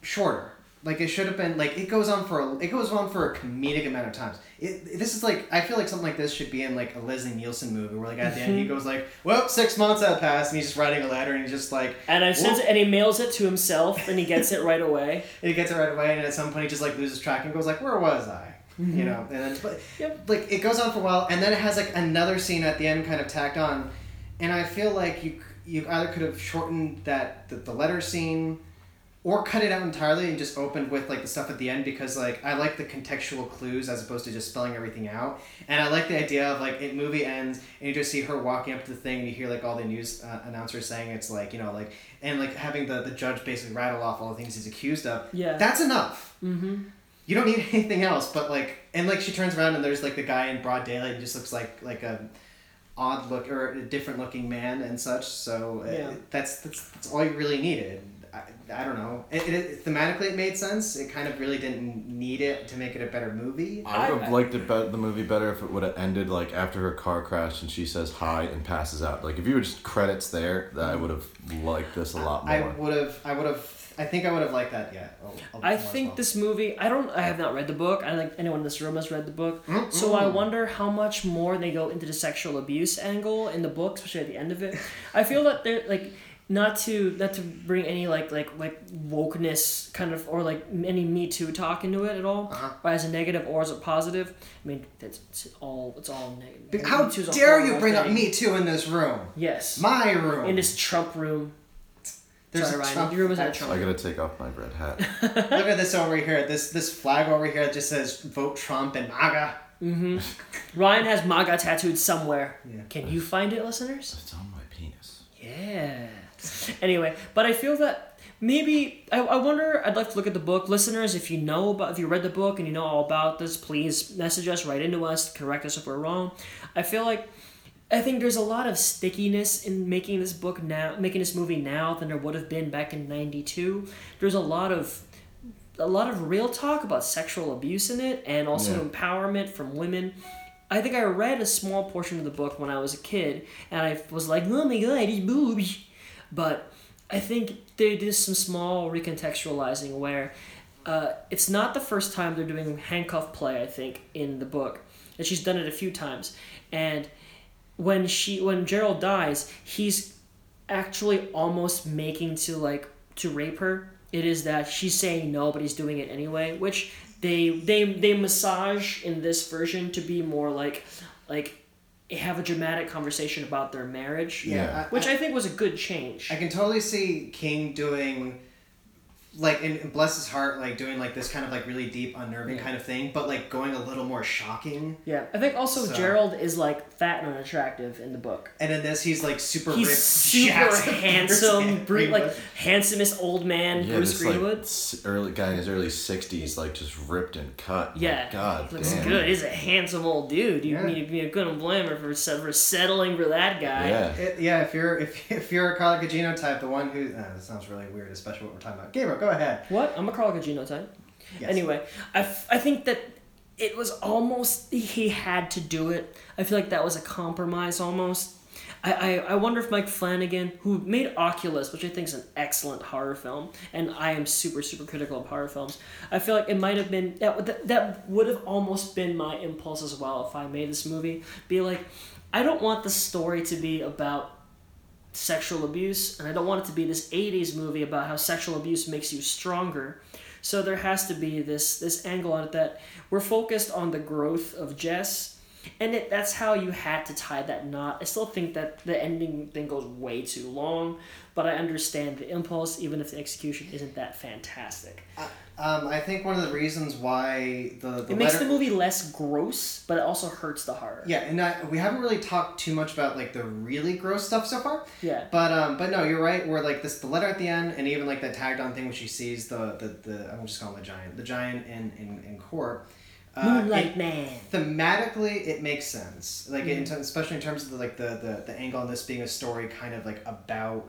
[SPEAKER 3] shorter. Like it should have been like it goes on for a, it goes on for a comedic amount of times. It, this is like I feel like something like this should be in like a Leslie Nielsen movie where like at the end he goes like, well, six months have passed and he's just writing a letter and he's just like,
[SPEAKER 1] And I sense,
[SPEAKER 3] Whoop.
[SPEAKER 1] and he mails it to himself, and he gets it right away.
[SPEAKER 3] and he gets it right away, and at some point he just like loses track and goes like, "Where was I?" You know, and then but
[SPEAKER 1] Yep.
[SPEAKER 3] like it goes on for a while, and then it has like another scene at the end, kind of tacked on, and I feel like you you either could have shortened that the, the letter scene, or cut it out entirely and just opened with like the stuff at the end because like I like the contextual clues as opposed to just spelling everything out, and I like the idea of like it movie ends and you just see her walking up to the thing and you hear like all the news uh, announcers saying it's like you know like and like having the the judge basically rattle off all the things he's accused of.
[SPEAKER 1] Yeah.
[SPEAKER 3] that's enough. Mm-hmm. You don't need anything else, but like and like she turns around and there's like the guy in broad daylight and just looks like like a odd look or a different looking man and such. So uh,
[SPEAKER 1] Yeah.
[SPEAKER 3] that's, that's that's all you really needed. I, I don't know. It, it, it- thematically, it made sense. It kind of really didn't need it to make it a better movie.
[SPEAKER 2] I would have liked it bet the movie better if it would have ended like after her car crashed and she says hi and passes out. Like if you were just credits there, that I would have liked this a lot
[SPEAKER 3] I
[SPEAKER 2] more.
[SPEAKER 3] would have. I would have. I think I would have liked that. Yeah. a- a lot
[SPEAKER 1] I
[SPEAKER 3] more
[SPEAKER 1] think
[SPEAKER 3] as well.
[SPEAKER 1] this movie. I don't. I have not read the book. I don't think anyone in this room has read the book.
[SPEAKER 3] Mm-hmm.
[SPEAKER 1] So I wonder how much more they go into the sexual abuse angle in the book, especially at the end of it. I feel that they're like not to not to bring any like like like wokeness kind of or like any Me Too talk into it at all,
[SPEAKER 3] Uh-huh.
[SPEAKER 1] but as a negative or as a positive. I mean, it's, it's all it's all negative.
[SPEAKER 3] How
[SPEAKER 1] Me Too's a
[SPEAKER 3] dare you
[SPEAKER 1] horrible
[SPEAKER 3] bring up
[SPEAKER 1] thing.
[SPEAKER 3] Me Too in this room?
[SPEAKER 1] Yes,
[SPEAKER 3] My room.
[SPEAKER 1] in this Trump room.
[SPEAKER 3] There's
[SPEAKER 1] Sorry,
[SPEAKER 3] a
[SPEAKER 1] Ryan.
[SPEAKER 3] Trump-
[SPEAKER 1] Your room is not a Trump.
[SPEAKER 2] I gotta take off my red hat.
[SPEAKER 3] Look at this over here. This this flag over here just says "Vote Trump" and MAGA.
[SPEAKER 1] Ryan has MAGA tattooed somewhere. Can you find it, listeners?
[SPEAKER 2] it's on my penis.
[SPEAKER 1] Yeah. Anyway, but I feel that maybe I, I wonder. I'd like to look at the book, listeners. If you know about, if you read the book and you know all about this, please message us, write into us, correct us if we're wrong. I feel like I think there's a lot of stickiness in making this book now, making this movie now than there would have been back in '92. There's a lot of a lot of real talk about sexual abuse in it and also
[SPEAKER 2] Yeah.
[SPEAKER 1] empowerment from women. I think I read a small portion of the book when I was a kid, and I was like, "Oh my god, these boobs!" But I think they did some small recontextualizing where uh, it's not the first time they're doing handcuff play. I think in the book, and she's done it a few times. And when she, when Gerald dies, he's actually almost making to like to rape her. It is that she's saying no, but he's doing it anyway, which they they they massage in this version to be more like like have a dramatic conversation about their marriage.
[SPEAKER 2] Yeah.
[SPEAKER 3] I-
[SPEAKER 1] Which I think was a good change.
[SPEAKER 3] I can totally see King doing like and and bless his heart like doing like this kind of like really deep unnerving kind of thing but like going a little more shocking
[SPEAKER 1] Yeah, I think also
[SPEAKER 3] So-
[SPEAKER 1] Gerald is like fat and unattractive in the book.
[SPEAKER 3] and in this he's like super
[SPEAKER 1] He's
[SPEAKER 3] ripped
[SPEAKER 1] super
[SPEAKER 3] jacked.
[SPEAKER 1] handsome, Bru- like
[SPEAKER 3] Greenwood.
[SPEAKER 1] handsomest old man
[SPEAKER 2] Yeah,
[SPEAKER 1] Bruce
[SPEAKER 2] this like
[SPEAKER 1] Greenwood.
[SPEAKER 2] s- early guy in his early sixties, like just ripped and cut. Like,
[SPEAKER 1] yeah,
[SPEAKER 2] God
[SPEAKER 1] looks
[SPEAKER 2] damn.
[SPEAKER 1] good. He's a handsome old dude. You
[SPEAKER 3] Yeah.
[SPEAKER 1] need to be a good and blame her for, se- for settling for that guy.
[SPEAKER 2] Yeah.
[SPEAKER 3] It- yeah, if you're if, if you're a Carla Gugino type, the one who uh, that sounds really weird, especially what we're talking about. Gabriel, go ahead.
[SPEAKER 1] What? I'm a Carl Gugino type.
[SPEAKER 3] Yes.
[SPEAKER 1] Anyway, I, f- I think that it was almost he had to do it. I feel like that was a compromise almost. I, I, I wonder if Mike Flanagan, who made Oculus, which I think is an excellent horror film, and I am super super critical of horror films, I feel like it might have been that would- that, that would have almost been my impulse as well if I made this movie. Be like, I don't want the story to be about sexual abuse, and I don't want it to be this '80s movie about how sexual abuse makes you stronger. So there has to be this this angle on it that we're focused on the growth of Jess, and it, that's how you had to tie that knot. I still think that the ending thing goes way too long, but I understand the impulse, even if the execution isn't that fantastic.
[SPEAKER 3] Um, I think one of the reasons why the, the
[SPEAKER 1] It makes
[SPEAKER 3] letter-
[SPEAKER 1] the movie less gross, but it also hurts the horror.
[SPEAKER 3] yeah, and I, we haven't really talked too much about like the really gross stuff so far.
[SPEAKER 1] Yeah.
[SPEAKER 3] But um, but no, you're right. Where like this, the letter at the end, and even like that tagged on thing when she sees the the, the I'm just calling the giant, the giant in in in court. Uh,
[SPEAKER 1] Moonlight
[SPEAKER 3] it-
[SPEAKER 1] Man. Mm.
[SPEAKER 3] thematically it makes sense like in terms, especially in terms of the, like the, the the angle on this being a story kind of like about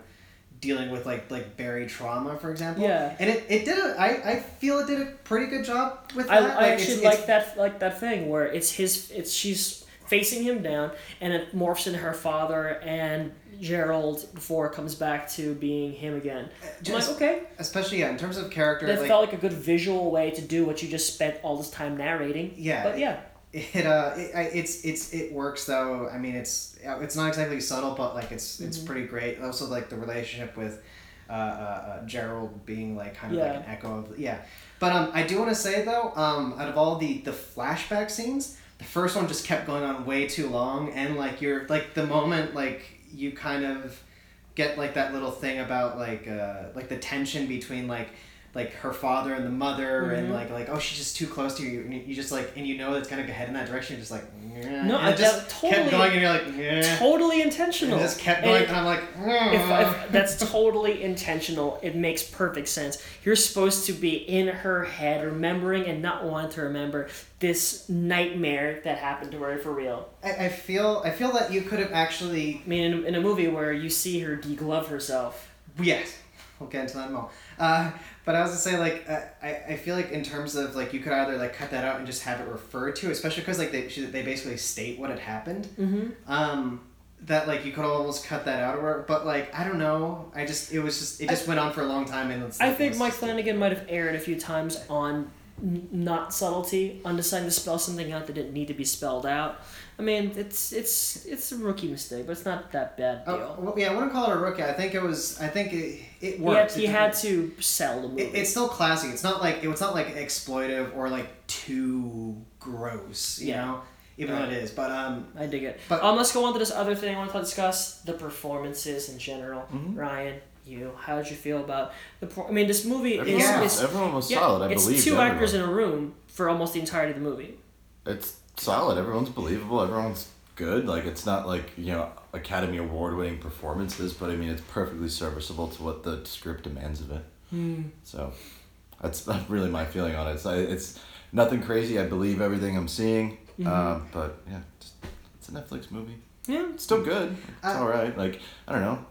[SPEAKER 3] dealing with like like buried trauma for example
[SPEAKER 1] Yeah.
[SPEAKER 3] and it, it did a, I, I feel it did a pretty good job with
[SPEAKER 1] I,
[SPEAKER 3] that
[SPEAKER 1] I actually
[SPEAKER 3] it's-
[SPEAKER 1] like
[SPEAKER 3] it's-
[SPEAKER 1] that like that thing where it's his it's she's facing him down and it morphs into her father and Gerald before it comes back to being him again. I'm like,
[SPEAKER 3] Uh, just-
[SPEAKER 1] okay.
[SPEAKER 3] especially yeah in terms of character
[SPEAKER 1] That
[SPEAKER 3] like,
[SPEAKER 1] felt like a good visual way to do what you just spent all this time narrating.
[SPEAKER 3] Yeah.
[SPEAKER 1] But yeah.
[SPEAKER 3] it uh it, I- it's it's it works though i mean it's it's not exactly subtle but like it's it's pretty great also like the relationship with uh, uh, uh gerald being like kind of
[SPEAKER 1] Yeah.
[SPEAKER 3] like an echo of yeah but um i do want to say though um out of all the the flashback scenes the first one just kept going on way too long and like you're like the moment like you kind of get like that little thing about like uh like the tension between like like her father and the mother and
[SPEAKER 1] Mm-hmm.
[SPEAKER 3] like like oh she's just too close to you and you- you just like and you know it's gonna go head in that direction you're just like
[SPEAKER 1] No,
[SPEAKER 3] and
[SPEAKER 1] I-
[SPEAKER 3] it just
[SPEAKER 1] that
[SPEAKER 3] kept
[SPEAKER 1] totally-
[SPEAKER 3] going and you're like yeah
[SPEAKER 1] Totally intentional.
[SPEAKER 3] and it just kept
[SPEAKER 1] And
[SPEAKER 3] going
[SPEAKER 1] it-
[SPEAKER 3] and I'm like "Hmm."
[SPEAKER 1] if,
[SPEAKER 3] "Nyeh."
[SPEAKER 1] if that's totally intentional it makes perfect sense you're supposed to be in her head remembering and not wanting to remember this nightmare that happened to her for real
[SPEAKER 3] I, I feel I feel that you could have actually
[SPEAKER 1] i mean in, in a movie where you see her deglove herself
[SPEAKER 3] Yes, we'll get into that more. Uh, but I was gonna say like uh, I, I feel like in terms of like you could either like cut that out and just have it referred to, especially because like they she, they basically state what had happened. Mm-hmm. Um, that like you could almost cut that out or whatever, but like I don't know. I just it was just it just went on for a long time and it's,
[SPEAKER 1] i
[SPEAKER 3] like,
[SPEAKER 1] think
[SPEAKER 3] it's
[SPEAKER 1] mike
[SPEAKER 3] just-
[SPEAKER 1] flanagan might have erred a few times on n- not subtlety on deciding to spell something out that didn't need to be spelled out i mean it's it's it's a rookie mistake but it's not that bad deal
[SPEAKER 3] Oh, well, yeah, I wouldn't call it a rookie. I think it was. I think it it
[SPEAKER 1] he, had,
[SPEAKER 3] worked.
[SPEAKER 1] he
[SPEAKER 3] It-
[SPEAKER 1] had to sell the movie
[SPEAKER 3] It, it's still classy. It's not like it was not like exploitive or like too gross. You
[SPEAKER 1] Yeah.
[SPEAKER 3] know, even though it is. But um,
[SPEAKER 1] I dig it.
[SPEAKER 3] But-
[SPEAKER 1] um, let's go on to this other thing I want to discuss: the performances in general.
[SPEAKER 2] Mm-hmm.
[SPEAKER 1] Ryan, you, how did you feel about the? Por- I mean, this movie
[SPEAKER 2] Everyone,
[SPEAKER 1] is,
[SPEAKER 2] was,
[SPEAKER 1] is
[SPEAKER 2] everyone was
[SPEAKER 1] yeah,
[SPEAKER 2] solid. I
[SPEAKER 1] it's
[SPEAKER 2] believed
[SPEAKER 1] two
[SPEAKER 2] everyone.
[SPEAKER 1] actors in a room for almost the entirety of the movie.
[SPEAKER 2] It's solid. Everyone's believable. Everyone's good. Like it's not like you know Academy Award winning performances, but I mean it's perfectly serviceable to what the script demands of it. So that's, that's really my feeling on it. It's, it's nothing crazy. I believe everything I'm seeing. Um, but yeah, it's, it's a Netflix movie.
[SPEAKER 1] Yeah.
[SPEAKER 2] It's still good. It's all right. Like I don't know,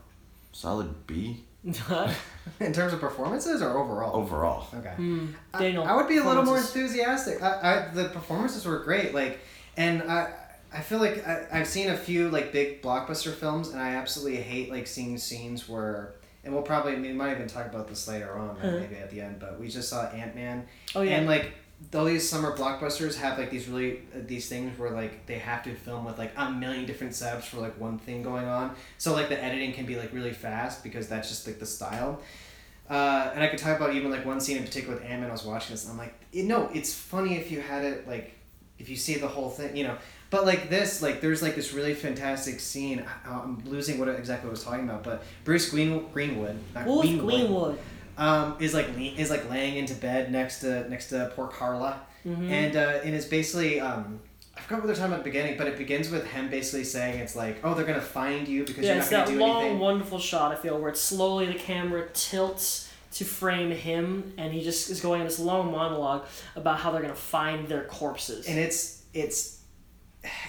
[SPEAKER 2] solid B
[SPEAKER 3] In terms of performances or overall?
[SPEAKER 2] overall.
[SPEAKER 3] Okay.
[SPEAKER 1] Hmm. Daniel,
[SPEAKER 3] I would be a little more
[SPEAKER 1] performances.
[SPEAKER 3] enthusiastic. I, I, the performances were great. Like, and I, I feel like I, I've seen a few like big blockbuster films, and I absolutely hate like seeing scenes where. And we'll probably we might even talk about this later on, or maybe at the end. But we just saw Ant Man.
[SPEAKER 1] Oh, yeah.
[SPEAKER 3] And like all these summer blockbusters have like these really uh, these things where like they have to film with like a million different setups for like one thing going on. So like the editing can be like really fast because that's just like the style. Uh, and I could talk about even like one scene in particular with Ant-Man. I was watching this, and I'm like, you know, it's funny if you had it like, if you see the whole thing, you know. But like this, like there's like this really fantastic scene. I, I'm losing what exactly I was talking about, but Bruce Green, Greenwood, not
[SPEAKER 1] Wolf
[SPEAKER 3] Greenwood,
[SPEAKER 1] Greenwood.
[SPEAKER 3] um, is like le- is like laying into bed next to next to poor Carla,
[SPEAKER 1] Mm-hmm.
[SPEAKER 12] Mhm.
[SPEAKER 3] and uh, it is basically um, I forgot what they're talking about at the beginning, but it begins with him basically saying it's like, oh, they're gonna find you because
[SPEAKER 1] Yeah,
[SPEAKER 3] you're
[SPEAKER 1] it's
[SPEAKER 3] not gonna
[SPEAKER 1] that
[SPEAKER 3] do
[SPEAKER 1] long,
[SPEAKER 3] anything.
[SPEAKER 1] wonderful shot I feel where it's slowly the camera tilts to frame him, and he just is going on this long monologue about how they're gonna find their corpses.
[SPEAKER 3] and it's it's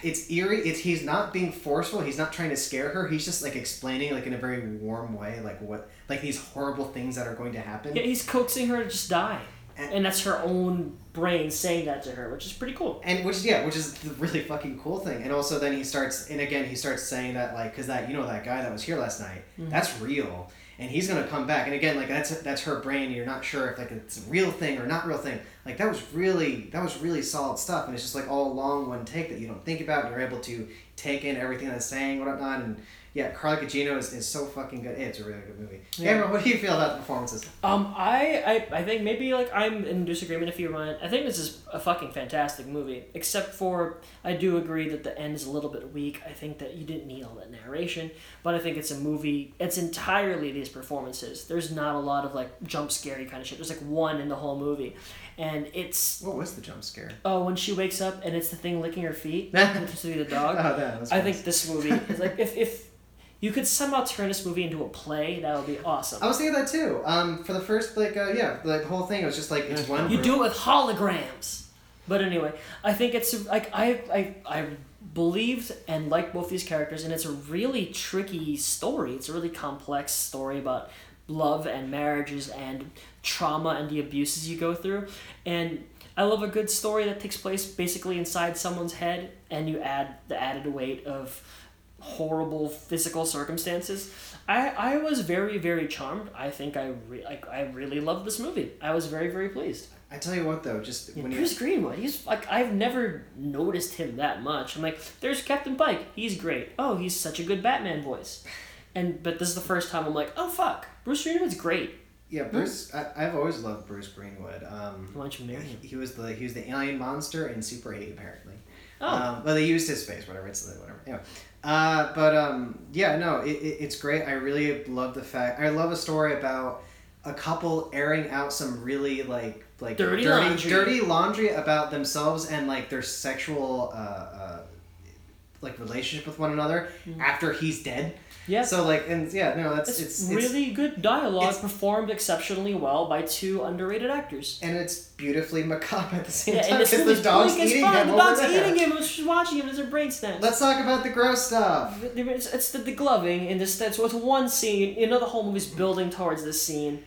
[SPEAKER 3] it's eerie it's he's not being forceful he's not trying to scare her he's just like explaining like in a very warm way like what like these horrible things that are going to happen
[SPEAKER 1] yeah, he's coaxing her to just die, and that's her own brain saying that to her, which is pretty cool.
[SPEAKER 3] and which yeah which is the really fucking cool thing and also then he starts and again he starts saying that like because that you know that guy that was here last night
[SPEAKER 1] Mhm.
[SPEAKER 3] that's real and he's gonna come back and again like that's that's her brain and you're not sure if like it's a real thing or not real thing like that was really that was really solid stuff and it's just like all long one take that you don't think about and you're able to take in everything that's saying whatnot and yeah Carla Gugino is, is so fucking good it's a really good movie
[SPEAKER 1] Yeah.
[SPEAKER 3] Cameron what do you feel about the performances
[SPEAKER 1] Um, I, I, I think maybe like I'm in disagreement if you run. I think this is a fucking fantastic movie. Except for I do agree that the end is a little bit weak. I think that you didn't need all that narration, but I think it's a movie. It's entirely these performances. There's not a lot of like jump scary kind of shit. There's like one in the whole movie, and it's
[SPEAKER 3] what was the jump scare
[SPEAKER 1] Oh, when she wakes up and it's the thing licking her feet, it's to be the dog.
[SPEAKER 3] Oh, that was
[SPEAKER 1] I think this movie is like if if you could somehow turn this movie into a play, that would be awesome.
[SPEAKER 3] I was thinking that too. Um, for the first like uh, yeah, like the whole thing it was just like it's one.
[SPEAKER 1] You
[SPEAKER 3] room.
[SPEAKER 1] do it with holograms. But anyway, I think it's like I I I believed and liked both these characters, and it's a really tricky story. It's a really complex story about love and marriages and trauma and the abuses you go through. And I love a good story that takes place basically inside someone's head, and you add the added weight of horrible physical circumstances. I, I was very very charmed. I think I re- like I really loved this movie. I was very very pleased.
[SPEAKER 3] I tell you what though, just when you
[SPEAKER 1] Bruce Greenwood, he's like I've never noticed him that much. I'm like, there's Captain Pike, he's great. Oh, he's such a good Batman voice. And but this is the first time I'm like, oh fuck, Bruce Greenwood's great.
[SPEAKER 3] yeah Bruce, I, I've always loved Bruce Greenwood. Um,
[SPEAKER 1] Why don't you marry him?
[SPEAKER 3] He, he was the he was the alien monster in Super Eight apparently.
[SPEAKER 1] Oh.
[SPEAKER 3] Um, well, they used his face, whatever. It's whatever. Anyway. Uh, but um, yeah, no, it, it, it's great. I really love the fact. I love a story about a couple airing out some really like like
[SPEAKER 1] Dirty
[SPEAKER 3] dirty,
[SPEAKER 1] laundry.
[SPEAKER 3] dirty laundry about themselves and like their sexual uh, uh, like relationship with one another after he's dead.
[SPEAKER 1] Mm-hmm. Yeah.
[SPEAKER 3] So like and yeah, no, that's
[SPEAKER 1] It's,
[SPEAKER 3] it's,
[SPEAKER 1] really good dialogue
[SPEAKER 3] it's-
[SPEAKER 1] performed exceptionally well by two underrated actors.
[SPEAKER 3] and it's beautifully macabre at the same
[SPEAKER 1] Yeah,
[SPEAKER 3] time
[SPEAKER 1] and this
[SPEAKER 3] 'cause
[SPEAKER 1] movie's
[SPEAKER 3] the dog's
[SPEAKER 1] bleak as
[SPEAKER 3] eating
[SPEAKER 1] fuck.
[SPEAKER 3] him.
[SPEAKER 1] The
[SPEAKER 3] over
[SPEAKER 1] dog's
[SPEAKER 3] there.
[SPEAKER 1] eating him. and She's watching him. There's her brain snapped.
[SPEAKER 3] Let's talk about the gross stuff.
[SPEAKER 1] There is- It's the, the gloving, and this that's what's one scene. You know, the whole movie's building towards this scene,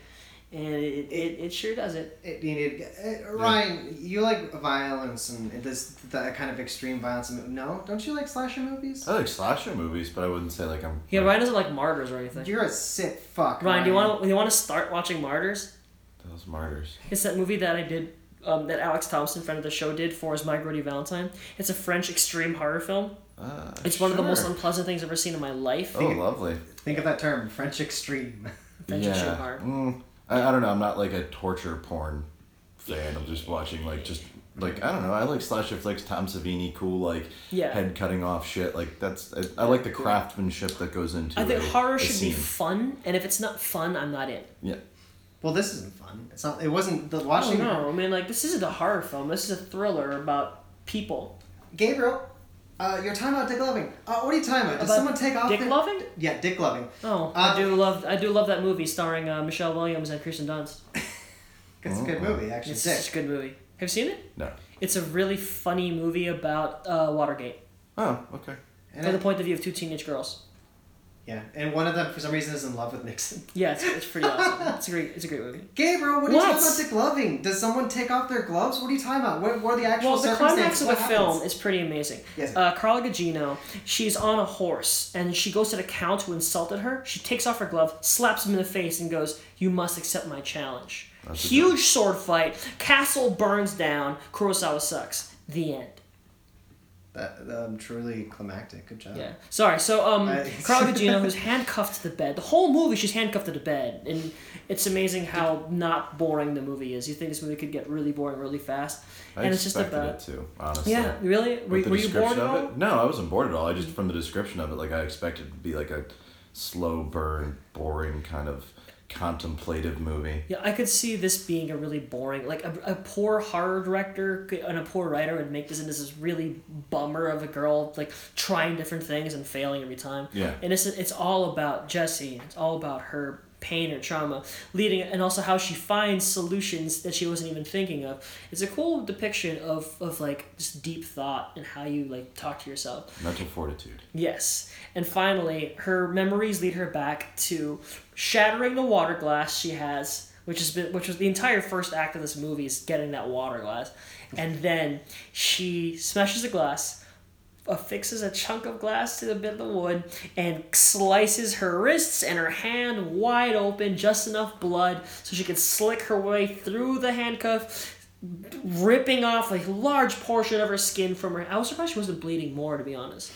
[SPEAKER 1] and it, it, it sure does it.
[SPEAKER 3] It needed uh, Ryan. You like violence and this that kind of extreme violence. and- No, don't you like slasher movies?
[SPEAKER 1] Oh.
[SPEAKER 2] I like slasher movies, but I wouldn't say like I'm.
[SPEAKER 1] Yeah, Ryan doesn't like martyrs or anything.
[SPEAKER 3] You're a sick fuck.
[SPEAKER 1] Ryan, do you want to you want to start watching Martyrs?
[SPEAKER 2] Those martyrs.
[SPEAKER 1] It's that movie that I did, um, that Alex Thompson, friend of the show, did for his My Grody Valentine. It's a French extreme horror film.
[SPEAKER 2] Ah,
[SPEAKER 1] It's one of the most
[SPEAKER 2] sure.
[SPEAKER 1] unpleasant things I've ever seen in my life.
[SPEAKER 2] Oh, lovely.
[SPEAKER 3] Think of that term, French extreme.
[SPEAKER 1] Adventure show horror.
[SPEAKER 2] Mm, I, I don't know. I'm not like a torture porn fan. I'm just watching like just like I don't know. I like slasher flicks, Tom Savini, cool like
[SPEAKER 1] Yeah.
[SPEAKER 2] head cutting off shit. Like that's I, I like the craftsmanship that goes into.
[SPEAKER 1] I think
[SPEAKER 2] a-
[SPEAKER 1] horror
[SPEAKER 2] a
[SPEAKER 1] should be
[SPEAKER 2] scene.
[SPEAKER 1] fun, and if it's not fun, I'm not in.
[SPEAKER 2] yeah.
[SPEAKER 3] Well, this isn't fun. It's not. It wasn't the watching.
[SPEAKER 1] Oh, no, I mean, like, this isn't a horror film. This is a thriller about people.
[SPEAKER 3] Gabriel, uh, you're talking about dick loving. Uh, what are you talking about? Did
[SPEAKER 1] About
[SPEAKER 3] someone take off
[SPEAKER 1] Dick
[SPEAKER 3] their-
[SPEAKER 1] Loving?
[SPEAKER 3] Yeah, dick loving.
[SPEAKER 1] Oh, I do love I do love that movie starring uh, Michelle Williams and Kirsten Dunst.
[SPEAKER 3] It's a good movie,
[SPEAKER 1] Oh.
[SPEAKER 3] actually.
[SPEAKER 1] It's
[SPEAKER 3] sick.
[SPEAKER 1] such a good movie. Have you seen it?
[SPEAKER 2] No.
[SPEAKER 1] It's a really funny movie about uh, Watergate
[SPEAKER 2] Oh, okay.
[SPEAKER 3] And
[SPEAKER 1] from the
[SPEAKER 3] it-
[SPEAKER 1] point of view of two teenage girls.
[SPEAKER 3] yeah, and one of them for some reason is in love with Nixon.
[SPEAKER 1] Yeah, it's, it's pretty awesome. It's a great it's a great movie.
[SPEAKER 3] Gabriel, what
[SPEAKER 1] What?
[SPEAKER 3] are you talking about dick loving? Does someone take off their gloves? What are you talking about? What, what are the actual
[SPEAKER 1] Well, the climax
[SPEAKER 3] circumstances?
[SPEAKER 1] of the
[SPEAKER 3] What happens?
[SPEAKER 1] film is pretty amazing.
[SPEAKER 3] Yes.
[SPEAKER 1] Uh, Carla Gugino, she's on a horse and she goes to the count who insulted her. She takes off her glove, slaps him in the face, and goes, "You must accept my challenge."
[SPEAKER 2] a
[SPEAKER 1] Huge sword fight. Castle burns down. Kurosawa sucks. The end.
[SPEAKER 3] That, um, truly climactic. Good job.
[SPEAKER 1] Yeah. Sorry. So, um,
[SPEAKER 3] I-
[SPEAKER 1] Carla Gugino, who's handcuffed to the bed, the whole movie she's handcuffed to the bed, and it's amazing how not boring the movie is. You think this movie could get really boring really fast,
[SPEAKER 2] I
[SPEAKER 1] and it's just
[SPEAKER 2] expected
[SPEAKER 1] about
[SPEAKER 2] it to honestly.
[SPEAKER 1] yeah, really. Were,
[SPEAKER 2] With the
[SPEAKER 1] were you bored
[SPEAKER 2] description
[SPEAKER 1] at
[SPEAKER 2] of
[SPEAKER 1] all?
[SPEAKER 2] it? No, I wasn't bored at all. I just from the description of it, like I expected it to be like a slow burn, boring kind of contemplative movie.
[SPEAKER 1] Yeah, I could see this being a really boring, like a, a poor horror director could, and a poor writer would make this into this really bummer of a girl like trying different things and failing every time.
[SPEAKER 2] Yeah.
[SPEAKER 1] And it's it's all about Jesse. It's all about her pain or trauma leading and also how she finds solutions that she wasn't even thinking of it's a cool depiction of, of like just deep thought and how you like talk to yourself
[SPEAKER 2] Mental fortitude.
[SPEAKER 1] Yes. And finally, her memories lead her back to shattering the water glass she has, which has been which was the entire first act of this movie is getting that water glass. And then she smashes the glass, affixes uh, a chunk of glass to the bit of the wood, and slices her wrists and her hand wide open, just enough blood so she can slick her way through the handcuff. Ripping off a large portion of her skin from her. I was surprised she wasn't bleeding more, to be honest.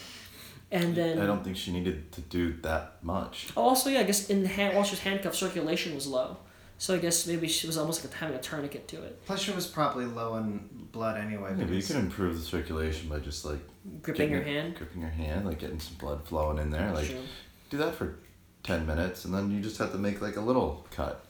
[SPEAKER 1] And then oh,
[SPEAKER 2] I don't think she needed to do that much.
[SPEAKER 1] also, yeah, I guess in the hand, while she was handcuffed, circulation was low. So I guess maybe she was almost like having a tourniquet to it.
[SPEAKER 3] Plus, she was probably low on blood anyway.
[SPEAKER 2] Yeah, but you
[SPEAKER 3] because-
[SPEAKER 2] can improve the circulation by just like
[SPEAKER 1] Gripping
[SPEAKER 2] getting
[SPEAKER 1] your
[SPEAKER 2] it-
[SPEAKER 1] hand?
[SPEAKER 2] gripping your hand, like getting some blood flowing in there. Like
[SPEAKER 1] Sure.
[SPEAKER 2] do that for ten minutes, and then you just have to make like a little cut.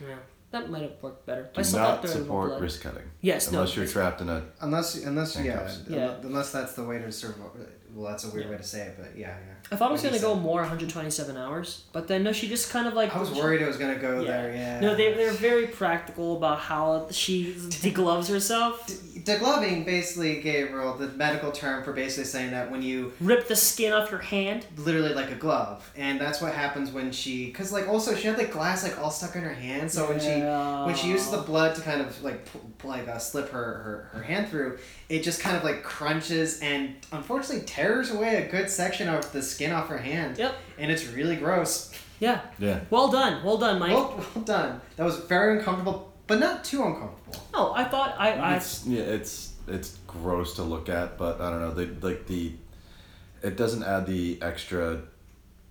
[SPEAKER 1] Yeah, that might have worked better.
[SPEAKER 2] Do
[SPEAKER 1] I still thought
[SPEAKER 2] not
[SPEAKER 1] there was more
[SPEAKER 2] support
[SPEAKER 1] blood.
[SPEAKER 2] wrist cutting.
[SPEAKER 1] Yes, no,
[SPEAKER 2] unless you're trapped in a.
[SPEAKER 3] Unless, unless, yeah,
[SPEAKER 2] Handcuffs.
[SPEAKER 1] Yeah.
[SPEAKER 3] unle- unless that's the way to survive. Well, that's a weird way to say it, but yeah, yeah.
[SPEAKER 1] I thought it was
[SPEAKER 3] Like
[SPEAKER 1] gonna
[SPEAKER 3] you
[SPEAKER 1] go more 127 hours, but then no, she just kind of like
[SPEAKER 3] said. I was worried it was gonna go
[SPEAKER 1] Yeah.
[SPEAKER 3] there. Yeah.
[SPEAKER 1] No, they they're very practical about how she degloves herself,
[SPEAKER 3] Degloving basically, Gabriel, the medical term for basically saying that when you
[SPEAKER 1] rip the skin off your hand.
[SPEAKER 3] literally like a glove, and that's what happens when she, because like also she had like glass like all stuck in her hand, so when she when she uses the blood to kind of like p- like uh, slip her, her her hand through, it just kind of like crunches and unfortunately tears away a good section of the skin off her hand.
[SPEAKER 1] Yep.
[SPEAKER 3] And it's really gross.
[SPEAKER 1] Yeah.
[SPEAKER 2] Yeah.
[SPEAKER 1] Well done. Well done, Mike.
[SPEAKER 3] Well, well done. That was very uncomfortable, but not too uncomfortable.
[SPEAKER 1] no, Oh, I thought I I
[SPEAKER 2] It's yeah, it's it's gross to look at, but I don't know. They like the, it doesn't add the extra,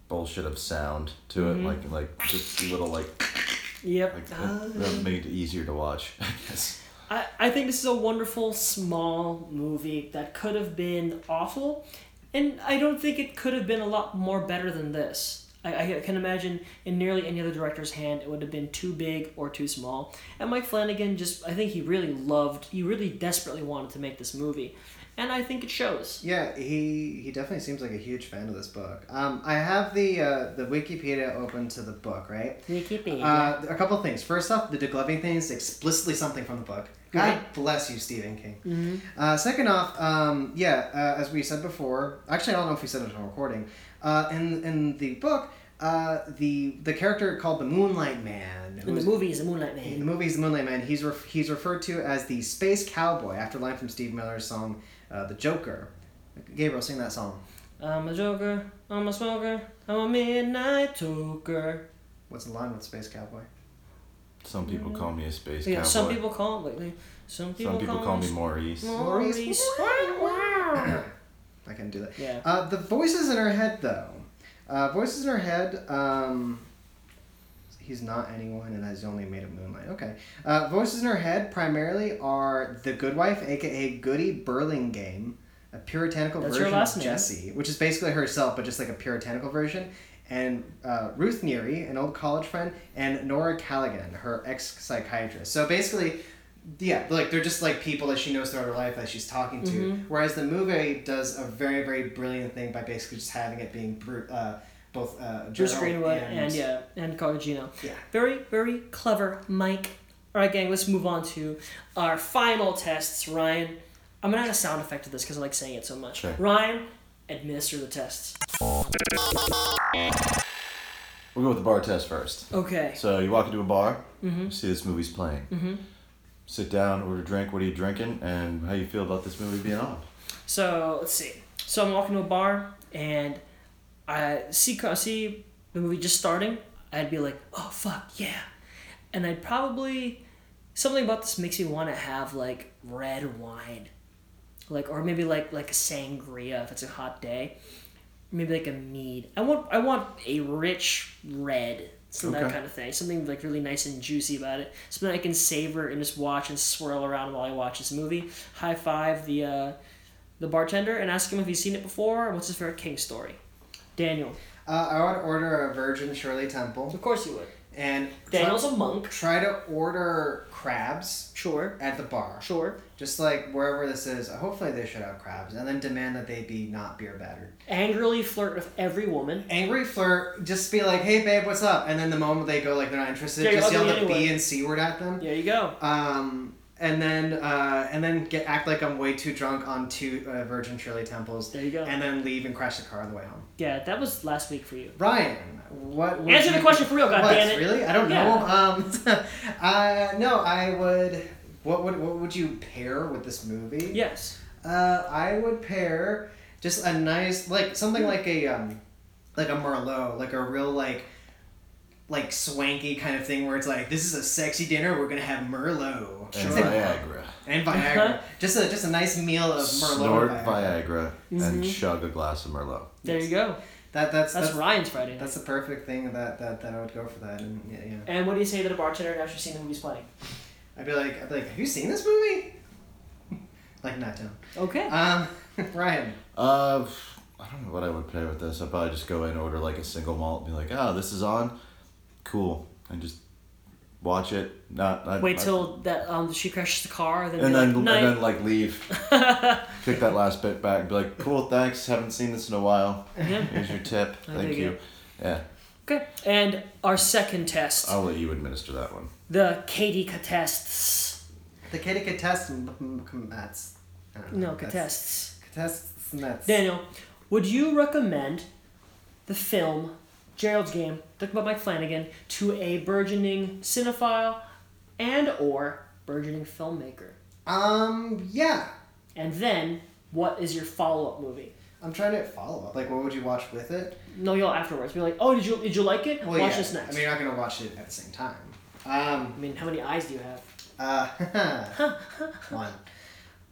[SPEAKER 2] bullshit of sound to it.
[SPEAKER 1] Mm-hmm.
[SPEAKER 2] Like like just little like
[SPEAKER 1] yep.
[SPEAKER 2] like that- that made it easier to watch. I guess.
[SPEAKER 1] I, I think this is a wonderful small movie that could have been awful, and I don't think it could have been a lot more better than this. I, I can imagine in nearly any other director's hand it would have been too big or too small. And Mike Flanagan just I think he really loved he really desperately wanted to make this movie. And I think it shows.
[SPEAKER 3] Yeah, he he definitely seems like a huge fan of this book. Um, I have the uh, the Wikipedia open to the book, right? Uh, a couple things. First off, the degloving thing is explicitly something from the book. God bless you, Stephen King.
[SPEAKER 1] Mm-hmm.
[SPEAKER 3] Uh, second off, um, yeah, uh, as we said before, actually, I don't know if we said it on recording. Uh, in in the book, uh, the the character called the Moonlight Man,
[SPEAKER 1] in the
[SPEAKER 3] who's-
[SPEAKER 1] movie is a Moonlight
[SPEAKER 3] in
[SPEAKER 1] Man.
[SPEAKER 3] the movie, he's the Moonlight Man. He's ref- he's referred to as the Space Cowboy after a line from Steve Miller's song, uh, "The Joker." Gabriel, sing that song.
[SPEAKER 1] I'm a joker, I'm a smoker, I'm a midnight toker.
[SPEAKER 3] What's the line with Space Cowboy?
[SPEAKER 2] Some people call me a space
[SPEAKER 1] Mm. Yeah,
[SPEAKER 2] cowboy.
[SPEAKER 1] some people call it like, some people,
[SPEAKER 2] Some people call me
[SPEAKER 1] us-
[SPEAKER 2] Maurice.
[SPEAKER 1] Maurice.
[SPEAKER 3] Maurice. I can do that.
[SPEAKER 1] Yeah.
[SPEAKER 3] Uh, the voices in her head, though. Uh, voices in her head. Um, he's not anyone, and that's only made of moonlight. Okay. Uh, voices in her head primarily are the Good Wife, aka Goody Burlingame, a puritanical
[SPEAKER 1] That's her
[SPEAKER 3] version
[SPEAKER 1] last
[SPEAKER 3] of
[SPEAKER 1] name.
[SPEAKER 3] Jessie, which is basically herself, but just like a puritanical version. And uh, Ruth Neary, an old college friend, and Nora Callaghan, her ex psychiatrist. So basically, yeah, like they're just like people that she knows throughout her life that she's talking to.
[SPEAKER 1] Mm-hmm.
[SPEAKER 3] Whereas the movie does a very very brilliant thing by basically just having it being bru- uh, both uh,
[SPEAKER 1] Bruce
[SPEAKER 3] Gerald
[SPEAKER 1] Greenwood and, yeah, and Cartagino.
[SPEAKER 3] Yeah.
[SPEAKER 1] Very, very clever, Mike. All right, gang, let's move on to our final tests. Ryan, I'm gonna add a sound effect to this because I like saying it so much.
[SPEAKER 2] Sure.
[SPEAKER 1] Ryan, administer the tests.
[SPEAKER 2] We'll go with the bar test first.
[SPEAKER 1] Okay.
[SPEAKER 2] So you walk into a bar,
[SPEAKER 1] Mm-hmm.
[SPEAKER 2] you see this movie's playing. Sit down, order a drink. What are you drinking, and how you feel about this movie being on?
[SPEAKER 1] So let's see. So I'm walking to a bar and I see I see the movie just starting. I'd be like, oh fuck yeah, and I'd probably something about this makes me want to have like red wine, like or maybe like like a sangria if it's a hot day, maybe like a mead. I want I want a rich red. So that
[SPEAKER 2] Okay.
[SPEAKER 1] kind of thing, something like really nice and juicy about it, something I can savor and just watch and swirl around while I watch this movie. High five the uh, the bartender and ask him if he's seen it before and what's his favorite King story. Daniel.
[SPEAKER 3] Uh, I would order a Virgin Shirley Temple.
[SPEAKER 1] Of course you would.
[SPEAKER 3] and
[SPEAKER 1] Daniel's a monk.
[SPEAKER 3] Try to order crabs.
[SPEAKER 1] Sure.
[SPEAKER 3] At the bar.
[SPEAKER 1] Sure.
[SPEAKER 3] Just like wherever this is, hopefully they should have crabs, and then demand that they be not beer battered.
[SPEAKER 1] Angrily flirt with every woman.
[SPEAKER 3] Angry flirt, just be like, "Hey babe, what's up?" And then the moment they go like they're not interested,
[SPEAKER 1] Yeah,
[SPEAKER 3] just
[SPEAKER 1] you're
[SPEAKER 3] yell the
[SPEAKER 1] ugly
[SPEAKER 3] B
[SPEAKER 1] anyway.
[SPEAKER 3] and C word at them.
[SPEAKER 1] There you go.
[SPEAKER 3] Um, and then uh, and then get act like I'm way too drunk on two uh, Virgin Shirley temples.
[SPEAKER 1] There you go.
[SPEAKER 3] And then leave and crash the car on the way home.
[SPEAKER 1] Yeah, that was last week for you.
[SPEAKER 3] Brian, what? would
[SPEAKER 1] Answer the
[SPEAKER 3] you-
[SPEAKER 1] question for real,
[SPEAKER 3] What,
[SPEAKER 1] goddammit.
[SPEAKER 3] Really? I don't
[SPEAKER 1] Yeah.
[SPEAKER 3] know. Um, uh, no, I would. What would what would you pair with this movie?
[SPEAKER 1] Yes.
[SPEAKER 3] Uh, I would pair just a nice like something like a um, like a Merlot, like a real like like swanky kind of thing where it's like this is a sexy dinner. We're gonna have Merlot
[SPEAKER 2] And Viagra.
[SPEAKER 3] and
[SPEAKER 1] Uh-huh.
[SPEAKER 3] Viagra. just a just a nice meal of Merlot.
[SPEAKER 2] Snort
[SPEAKER 3] and
[SPEAKER 2] Viagra
[SPEAKER 1] Mm-hmm.
[SPEAKER 2] and chug a glass of Merlot.
[SPEAKER 1] There you go.
[SPEAKER 3] That that's
[SPEAKER 1] That's,
[SPEAKER 3] that's, that's,
[SPEAKER 1] Ryan's Friday night.
[SPEAKER 3] the perfect thing that, that that I would go for that and yeah. yeah.
[SPEAKER 1] and what do you say to the bartender after seeing the movie's playing?
[SPEAKER 3] I'd be like, I'd be like, have you seen this movie? like, not down.
[SPEAKER 1] Okay.
[SPEAKER 3] Um, Ryan.
[SPEAKER 2] Uh, I don't know what I would pair with this. I'd probably just go in and order like a single malt and be like, ah, this is on. Cool. And just watch it. Not I,
[SPEAKER 1] Wait
[SPEAKER 2] I-
[SPEAKER 1] till that um she crashes the car, then
[SPEAKER 2] and
[SPEAKER 1] they're
[SPEAKER 2] then
[SPEAKER 1] like,
[SPEAKER 2] and
[SPEAKER 1] "Night."
[SPEAKER 2] then like leave. Pick that last bit back and be like, cool, thanks. Haven't seen this in a while. Here's your tip. Thank
[SPEAKER 1] dig
[SPEAKER 2] you.
[SPEAKER 1] it.
[SPEAKER 2] Yeah,
[SPEAKER 1] Okay. And our second test,
[SPEAKER 2] I'll let you administer that one.
[SPEAKER 1] the Katie contests.
[SPEAKER 3] The kitty could test m- m- m- nuts. I don't know.
[SPEAKER 1] No,
[SPEAKER 3] That's-
[SPEAKER 1] contests.
[SPEAKER 3] Contests nuts.
[SPEAKER 1] Daniel, would you recommend the film Gerald's Game, talking about Mike Flanagan, to a burgeoning cinephile and or burgeoning filmmaker?
[SPEAKER 3] Um, yeah.
[SPEAKER 1] And then, what is your follow-up movie?
[SPEAKER 3] I'm trying to follow up. Like, what would you watch with it?
[SPEAKER 1] No, you'll afterwards be like, oh, did you did you like it?
[SPEAKER 3] Well,
[SPEAKER 1] Watch
[SPEAKER 3] yeah.
[SPEAKER 1] this next.
[SPEAKER 3] I mean, you're not gonna watch it at the same time. Um,
[SPEAKER 1] I mean, how many eyes do you have?
[SPEAKER 3] uh, one.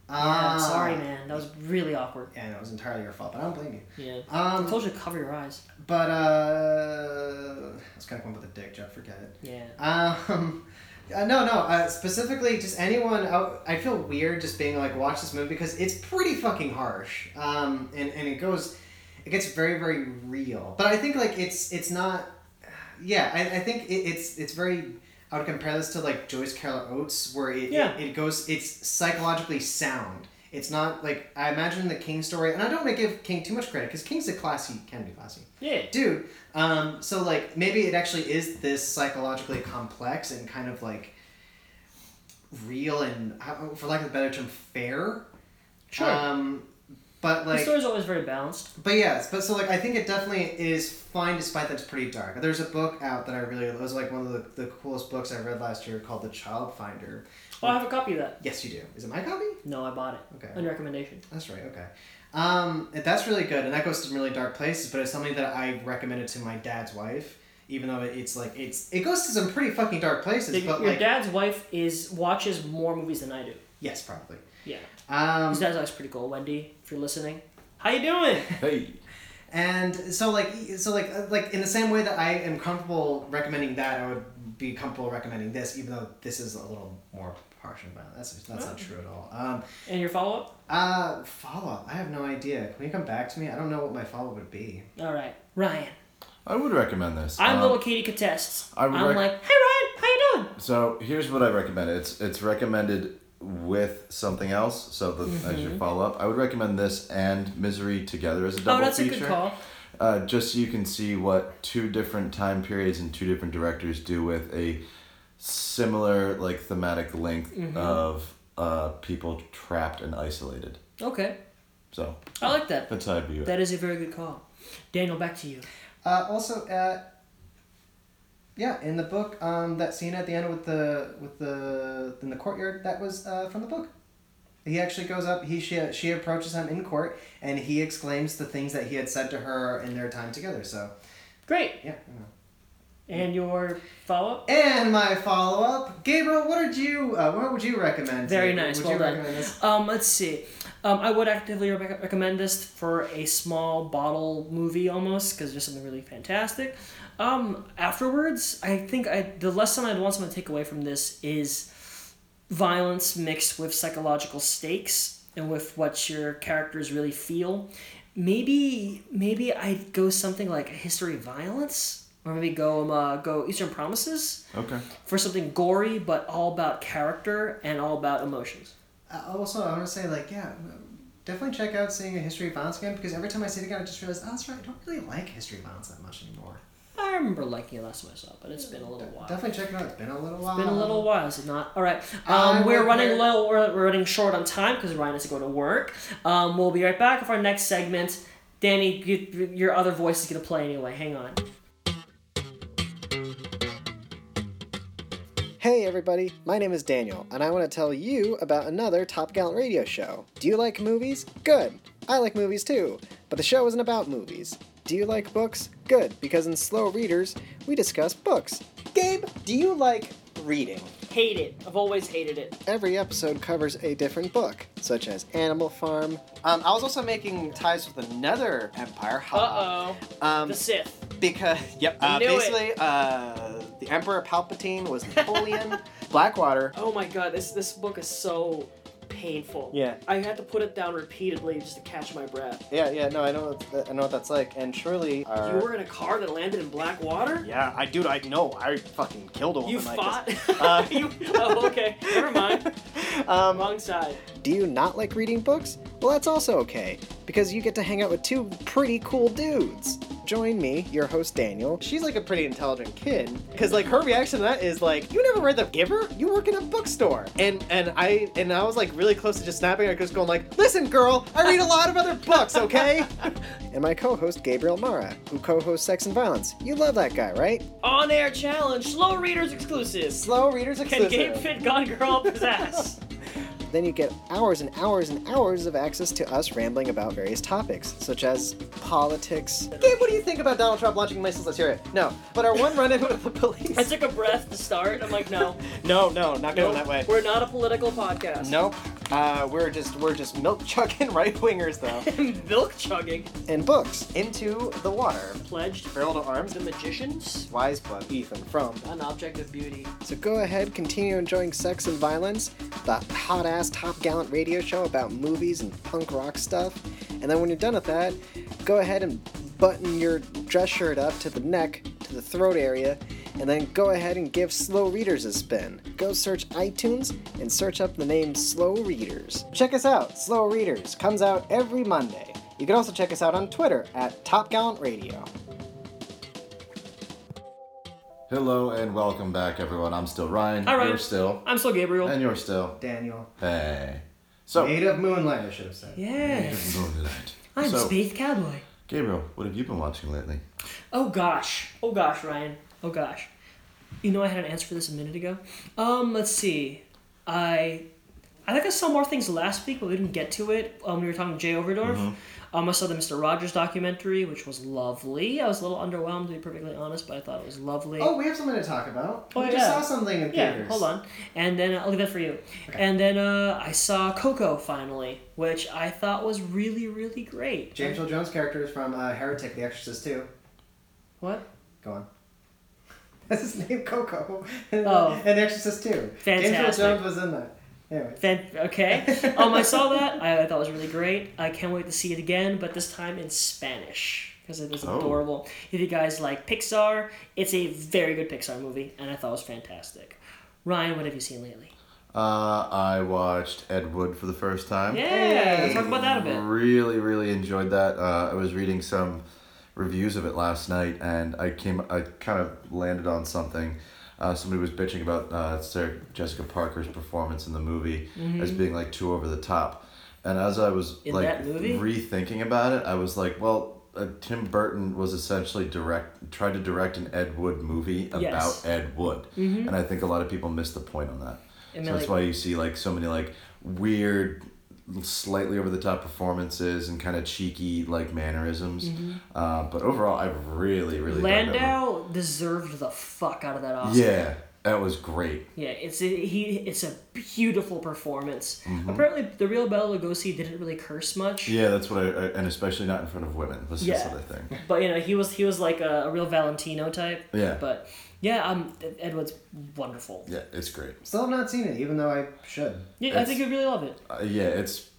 [SPEAKER 1] Yeah,
[SPEAKER 3] Uh,
[SPEAKER 1] sorry, man. That was really awkward.
[SPEAKER 3] Yeah, no, it was entirely your fault, but I don't blame you.
[SPEAKER 1] Yeah. I
[SPEAKER 3] Um,
[SPEAKER 1] told you to cover your eyes.
[SPEAKER 3] but uh, I was kind of going with a dick joke. Forget it.
[SPEAKER 1] Yeah.
[SPEAKER 3] Um, uh, no, no. Uh, specifically, just anyone. Out, I feel weird just being like, watch this movie because it's pretty fucking harsh. Um, and and it goes, it gets very very real. But I think like it's it's not. Yeah, I, I think it, it's it's very. I would compare this to like Joyce Carol Oates, where it,
[SPEAKER 1] Yeah.
[SPEAKER 3] it it goes. It's psychologically sound. It's not like I imagine the King story, and I don't want to give King too much credit because King's a classy, can be classy
[SPEAKER 1] Yeah.
[SPEAKER 3] dude um, so like maybe it actually is this psychologically complex and kind of like real and I don't- for lack of a better term fair
[SPEAKER 1] Sure.
[SPEAKER 3] um, but
[SPEAKER 1] the
[SPEAKER 3] like
[SPEAKER 1] story's always very balanced.
[SPEAKER 3] but yes but so like i think it definitely is fine despite that it's pretty dark there's a book out that i really it was like one of the, the coolest books i read last year called the child finder
[SPEAKER 1] Oh, I have a copy of that.
[SPEAKER 3] yes you do is it my copy
[SPEAKER 1] No, I bought it.
[SPEAKER 3] Okay.
[SPEAKER 1] Under recommendation.
[SPEAKER 3] That's right. Okay. Um, and that's really good, and that goes to some really dark places. But it's something that I recommended to my dad's wife, even though it's like it's it goes to some pretty fucking dark places.
[SPEAKER 1] Your-
[SPEAKER 3] but
[SPEAKER 1] your
[SPEAKER 3] like
[SPEAKER 1] dad's wife is watches more movies than I do.
[SPEAKER 3] yes, probably.
[SPEAKER 1] Yeah.
[SPEAKER 3] Um,
[SPEAKER 1] His dad's life's pretty cool. Wendy, if you're listening, how you doing?
[SPEAKER 2] Hey,
[SPEAKER 3] and so like so like uh, like in the same way that I am comfortable recommending that, I would be comfortable recommending this, even though this is a little more harsh and violent. That's that's
[SPEAKER 1] Oh.
[SPEAKER 3] not true at all. Um,
[SPEAKER 1] and your follow up?
[SPEAKER 3] uh, follow up. I have no idea. Can you come back to me? I don't know what my follow up would be.
[SPEAKER 1] All right, Ryan.
[SPEAKER 2] I would recommend this.
[SPEAKER 1] I'm
[SPEAKER 2] Um,
[SPEAKER 1] little Katie contests.
[SPEAKER 2] I
[SPEAKER 1] I'm
[SPEAKER 2] would rec-
[SPEAKER 1] like, hey Ryan, how you doing?
[SPEAKER 2] So here's what I recommend. It's it's recommended with something else. So the, as your follow up, I would recommend this and Misery together as a double
[SPEAKER 1] Mm-hmm. oh, that's
[SPEAKER 2] feature.
[SPEAKER 1] a good call.
[SPEAKER 2] Uh, just so you can see what two different time periods and two different directors do with a similar like thematic length
[SPEAKER 1] Mm-hmm.
[SPEAKER 2] of uh, people trapped and isolated.
[SPEAKER 1] Okay,
[SPEAKER 2] So
[SPEAKER 1] I like that.
[SPEAKER 2] that's how I view it.
[SPEAKER 1] That is a very good call. Daniel, back to you.
[SPEAKER 3] Uh, also, uh, yeah, in the book, um, that scene at the end with the with the in the courtyard that was uh, from the book. He actually goes up. He she she approaches him in court, and he exclaims the things that he had said to her in their time together. So
[SPEAKER 1] Great.
[SPEAKER 3] yeah. you know.
[SPEAKER 1] And your follow up?
[SPEAKER 3] And my follow up, Gabriel. What did you? Uh, what would you recommend?
[SPEAKER 1] Very
[SPEAKER 3] Would
[SPEAKER 1] nice.
[SPEAKER 3] you
[SPEAKER 1] well done.
[SPEAKER 3] recommend this?
[SPEAKER 1] Um, let's see. Um, I would actively rec- recommend this for a small bottle movie almost because there's something really fantastic. Um, afterwards, I think I the lesson I'd want someone to take away from this is violence mixed with psychological stakes and with what your characters really feel. Maybe maybe I'd go something like a history of violence or maybe go um, uh, go Eastern Promises
[SPEAKER 2] Okay.
[SPEAKER 1] for something gory but all about character and all about emotions.
[SPEAKER 3] Uh, also, I want to say, like, yeah, definitely check out Seeing a History of Violence again because every time I see it again, I just realize, oh, that's right, I don't really like History of Violence that much anymore.
[SPEAKER 1] I remember liking it last time I saw it, but it's been a little while.
[SPEAKER 3] Definitely check it out. It's been a little while.
[SPEAKER 1] It's been a little while, is it not? All right.
[SPEAKER 3] I
[SPEAKER 1] Um, we're
[SPEAKER 3] would
[SPEAKER 1] running
[SPEAKER 3] wear-
[SPEAKER 1] low. We're, we're running short on time because Ryan has to go to work. Um, we'll be right back with our next segment. Danny, you, your other voice is gonna play anyway. Hang on.
[SPEAKER 3] Hey everybody, my name is Daniel, and I want to tell you about another Top Gallant radio show. Do you like movies? Good! I like movies too, but the show isn't about movies. Do you like books? Good, because in Slow Readers, we discuss books. Gabe, do you like reading?
[SPEAKER 1] Hate it. I've always hated it.
[SPEAKER 3] Every episode covers a different book, such as Animal Farm. Um, I was also making ties with another empire.
[SPEAKER 1] Uh oh.
[SPEAKER 3] Um,
[SPEAKER 1] the Sith.
[SPEAKER 3] because yep, uh,
[SPEAKER 1] Knew it.
[SPEAKER 3] basically, uh, the Emperor Palpatine was Napoleon. Blackwater.
[SPEAKER 1] Oh my god. This this book is so painful.
[SPEAKER 3] Yeah.
[SPEAKER 1] I had to put it down repeatedly just to catch my breath.
[SPEAKER 3] Yeah, yeah, no, I know, what- I know what that's like. And surely, our...
[SPEAKER 1] You were in a car that landed in black water.
[SPEAKER 3] Yeah, I dude, I know, I fucking killed a woman
[SPEAKER 1] You
[SPEAKER 3] like
[SPEAKER 1] fought.
[SPEAKER 3] this. Uh,
[SPEAKER 1] you, oh okay. Never mind.
[SPEAKER 3] um,
[SPEAKER 1] Wrong side.
[SPEAKER 3] do you not like reading books? Well, that's also okay, because you get to hang out with two pretty cool dudes. Join me, your host Daniel. She's like a pretty intelligent kid, because like her reaction to that is like, "You never read The Giver? You work in a bookstore." And and I and I was like really close to just snapping. I was going like, "Listen, girl, I read a lot of other books, okay?" and my co-host Gabriel Mara, who co-hosts Sex and Violence. You love that guy, right?
[SPEAKER 1] On air challenge. Slow readers exclusive.
[SPEAKER 3] Slow readers
[SPEAKER 1] Can
[SPEAKER 3] exclusive.
[SPEAKER 1] Gabe fit Gone Girl up his ass?
[SPEAKER 3] Then you get hours and hours and hours of access to us rambling about various topics, such as politics. Gabe, what do you think about Donald Trump launching missiles? Let's hear it. No, but our one run-in with the
[SPEAKER 1] I
[SPEAKER 3] police.
[SPEAKER 1] took a breath to start. I'm like, no,
[SPEAKER 3] No, no, not
[SPEAKER 1] no, we're not a political podcast.
[SPEAKER 3] Nope. Uh, we're just we're just milk chugging right wingers though.
[SPEAKER 1] Milk chugging.
[SPEAKER 3] and books into the water.
[SPEAKER 1] Pledged.
[SPEAKER 3] Barrel to arms.
[SPEAKER 1] The magicians.
[SPEAKER 3] Wise book. Ethan from.
[SPEAKER 1] An object of beauty.
[SPEAKER 3] So go ahead, continue enjoying Sex and Violence, the hot ass Top Gallant radio show about movies and punk rock stuff. And then when you're done with that, go ahead and button your dress shirt up to the neck, to the throat area, and then go ahead and give Slow Readers a spin. Go search iTunes and search up the name Slow Readers. Check us out, Slow Readers comes out every Monday. You can also check us out on Twitter at Top Gallant Radio.
[SPEAKER 2] Hello and welcome back, everyone. I'm still Ryan.
[SPEAKER 1] Hi, Ryan.
[SPEAKER 2] You're still.
[SPEAKER 1] I'm still Gabriel.
[SPEAKER 2] And you're still.
[SPEAKER 3] Daniel.
[SPEAKER 2] Hey. So.
[SPEAKER 3] of Moonlight, I should have said.
[SPEAKER 1] yes. I'm
[SPEAKER 2] so,
[SPEAKER 1] Space Cowboy.
[SPEAKER 2] Gabriel, what have you been watching lately?
[SPEAKER 1] Oh gosh. Oh gosh, Ryan. Oh gosh. You know I had an answer for this a minute ago. Um, let's see. I I think I saw more things last week, but we didn't get to it. Um, we were talking to Jay Overdorf. Um, I saw the Mr. Rogers documentary, which was lovely. I was a little underwhelmed, to be perfectly honest, but I thought it was lovely.
[SPEAKER 3] Oh, we have something to talk about.
[SPEAKER 1] Oh, We just yeah. saw
[SPEAKER 3] something in
[SPEAKER 1] yeah, hold on. And then uh, I'll leave that for you. And then uh, I saw Coco finally, which I thought was really, really great.
[SPEAKER 3] James Earl Jones' character is from uh, Heretic, The Exorcist too.
[SPEAKER 1] What?
[SPEAKER 3] Go on. That's his name, Coco. And, uh,
[SPEAKER 1] Oh.
[SPEAKER 3] and The Exorcist too. James
[SPEAKER 1] Fantastic.
[SPEAKER 3] Earl Jones was in that. Anyway.
[SPEAKER 1] Fan- okay. Um, I saw that. I, I thought it was really great. I can't wait to see it again, but this time in Spanish because it was
[SPEAKER 2] Oh.
[SPEAKER 1] adorable. If you guys like Pixar, it's a very good Pixar movie, and I thought it was fantastic. Ryan, what have you seen lately?
[SPEAKER 2] Uh, I watched Ed Wood for the first time.
[SPEAKER 1] Yeah, let's talk about that a bit.
[SPEAKER 2] Really, really enjoyed that. Uh, I was reading some reviews of it last night, and I came, I kind of landed on something. Uh, somebody was bitching about uh, Sarah Jessica Parker's performance in the movie as being like too over the top, and as I was
[SPEAKER 1] Mm-hmm. In
[SPEAKER 2] like
[SPEAKER 1] that movie?
[SPEAKER 2] rethinking about it, I was like, well, uh, Tim Burton was essentially direct tried to direct an Ed Wood movie about
[SPEAKER 1] Yes.
[SPEAKER 2] Ed Wood,
[SPEAKER 1] Mm-hmm.
[SPEAKER 2] and I think a lot of people miss the point on that.
[SPEAKER 1] And
[SPEAKER 2] so
[SPEAKER 1] they're
[SPEAKER 2] that's
[SPEAKER 1] like-
[SPEAKER 2] why you see like so many like weird, slightly over the top performances and kind of cheeky like mannerisms. Uh, but overall, I really really dug that movie.
[SPEAKER 1] Mm-hmm. Landau deserved the fuck out of that Oscar.
[SPEAKER 2] Yeah, that was great.
[SPEAKER 1] Yeah, it's a, he. It's a beautiful performance. Apparently, the real Bela Lugosi didn't really curse much.
[SPEAKER 2] Mm-hmm. Yeah, that's what I, I and especially not in front of women. That's just
[SPEAKER 1] Yeah.
[SPEAKER 2] another thing.
[SPEAKER 1] But you know, he was he was like a, a real Valentino type.
[SPEAKER 2] Yeah.
[SPEAKER 1] But yeah, um, Edward's wonderful.
[SPEAKER 2] Yeah, it's great.
[SPEAKER 3] Still have not seen it, even though I should.
[SPEAKER 1] Yeah, I
[SPEAKER 2] It's-
[SPEAKER 1] think you'd really love it.
[SPEAKER 2] Uh, yeah, it's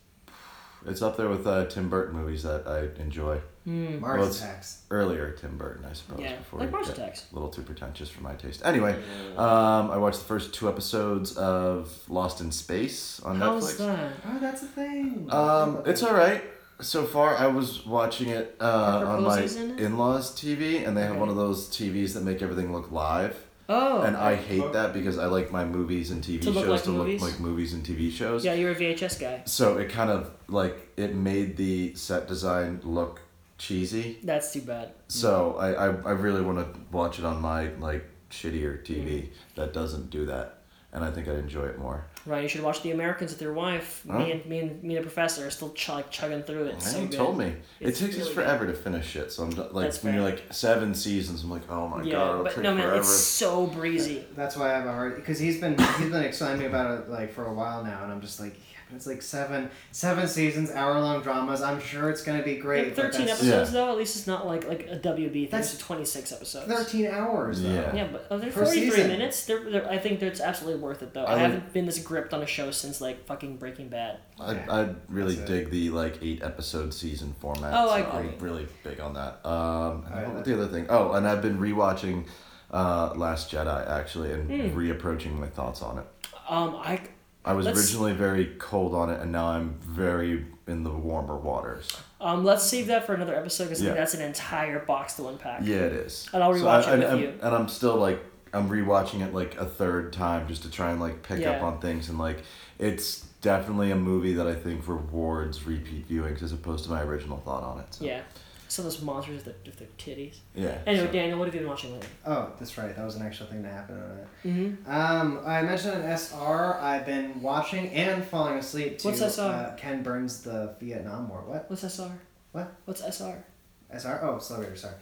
[SPEAKER 2] It's up there with uh, Tim Burton movies that I enjoy.
[SPEAKER 1] Hmm.
[SPEAKER 3] Mars
[SPEAKER 2] Well, it's
[SPEAKER 3] Attacks.
[SPEAKER 2] Earlier Tim Burton, I suppose.
[SPEAKER 1] Yeah,
[SPEAKER 2] before
[SPEAKER 1] like
[SPEAKER 2] it
[SPEAKER 1] Mars
[SPEAKER 2] got
[SPEAKER 1] Attacks.
[SPEAKER 2] A little too pretentious for my taste. Anyway, um, I watched the first two episodes of Lost in Space on Netflix.
[SPEAKER 1] How's that?
[SPEAKER 3] Oh, that's a thing.
[SPEAKER 2] Um, it's all right so far. I was watching it uh,
[SPEAKER 1] Parker
[SPEAKER 2] on my
[SPEAKER 1] Posey's in it?
[SPEAKER 2] in-laws' TV, and they have
[SPEAKER 1] Okay.
[SPEAKER 2] one of those TVs that make everything look live.
[SPEAKER 1] Oh.
[SPEAKER 2] and I hate that because I like my movies and TV
[SPEAKER 1] To look
[SPEAKER 2] shows
[SPEAKER 1] like
[SPEAKER 2] to
[SPEAKER 1] movies?
[SPEAKER 2] look like movies and TV shows.
[SPEAKER 1] yeah, you're a VHS guy.
[SPEAKER 2] So it kind of like it made the set design look cheesy.
[SPEAKER 1] That's too bad.
[SPEAKER 2] So I I, I really want to watch it on my like shittier TV that doesn't do that, and I think I'd enjoy it more.
[SPEAKER 1] Right, you should watch The Americans with your wife.
[SPEAKER 2] Huh?
[SPEAKER 1] Me and me and me and the professor are still ch- like chugging through it. It's so
[SPEAKER 2] Hey, you
[SPEAKER 1] good.
[SPEAKER 2] told me.
[SPEAKER 1] It's
[SPEAKER 2] it takes us
[SPEAKER 1] really
[SPEAKER 2] forever to finish it. So I'm d- like,
[SPEAKER 1] That's
[SPEAKER 2] when you're
[SPEAKER 1] fair.
[SPEAKER 2] like seven seasons, I'm like, oh my
[SPEAKER 1] Yeah,
[SPEAKER 2] god, it'll
[SPEAKER 1] but
[SPEAKER 2] take
[SPEAKER 1] no man,
[SPEAKER 2] forever.
[SPEAKER 1] it's so breezy.
[SPEAKER 3] That's why I've already because he's been he's been explaining to me about it like for a while now, and I'm just like, yeah, but it's like seven seven seasons, hour long dramas. I'm sure it's gonna be great.
[SPEAKER 1] Like
[SPEAKER 3] but
[SPEAKER 1] Thirteen
[SPEAKER 3] that's-
[SPEAKER 2] Yeah.
[SPEAKER 1] episodes though, at least it's not like like a WB thing.
[SPEAKER 3] That's-
[SPEAKER 1] it's twenty six episodes.
[SPEAKER 3] Thirteen hours. Though.
[SPEAKER 2] Yeah.
[SPEAKER 1] Yeah, but oh, they're
[SPEAKER 3] Per
[SPEAKER 1] forty three
[SPEAKER 3] season.
[SPEAKER 1] minutes. They're, they're, I think that's absolutely worth it though. I,
[SPEAKER 2] I like-
[SPEAKER 1] haven't been this gripped on a show since like fucking Breaking Bad.
[SPEAKER 2] I, I really
[SPEAKER 3] That's it.
[SPEAKER 2] dig the like eight episode season format.
[SPEAKER 1] Oh, I
[SPEAKER 2] so
[SPEAKER 1] agree.
[SPEAKER 2] I'm really big on that. Um, and
[SPEAKER 3] I
[SPEAKER 2] what was
[SPEAKER 3] like
[SPEAKER 2] the other thing? Oh, and I've been rewatching uh, Last Jedi actually and
[SPEAKER 1] Hmm.
[SPEAKER 2] reapproaching my thoughts on it.
[SPEAKER 1] Um, I
[SPEAKER 2] I was
[SPEAKER 1] Let's-
[SPEAKER 2] originally very cold on it, and now I'm very in the warmer waters.
[SPEAKER 1] um, let's save that for another episode because
[SPEAKER 2] Yeah.
[SPEAKER 1] think that's an entire box to unpack.
[SPEAKER 2] Yeah, it is.
[SPEAKER 1] And I'll rewatch it
[SPEAKER 2] and,
[SPEAKER 1] with
[SPEAKER 2] I'm,
[SPEAKER 1] you.
[SPEAKER 2] And I'm still like I'm rewatching it like a third time just to try and like pick up
[SPEAKER 1] Yeah.
[SPEAKER 2] on things and like it's definitely a movie that I think rewards repeat viewings as opposed to my original thought on it. So.
[SPEAKER 1] Yeah. So those monsters with their, with their titties.
[SPEAKER 2] Yeah.
[SPEAKER 1] Anyway,
[SPEAKER 2] so-
[SPEAKER 1] Daniel, what have you been watching lately?
[SPEAKER 3] Oh, that's right. That was an actual thing that happened on it.
[SPEAKER 1] Mm-hmm.
[SPEAKER 3] Um, I mentioned an SR. I've been watching and falling asleep to
[SPEAKER 1] What's SR?
[SPEAKER 3] Uh, Ken Burns' The Vietnam War. What
[SPEAKER 1] What's SR?
[SPEAKER 3] What?
[SPEAKER 1] What's SR?
[SPEAKER 3] SR? Oh, Celebrator. Sorry.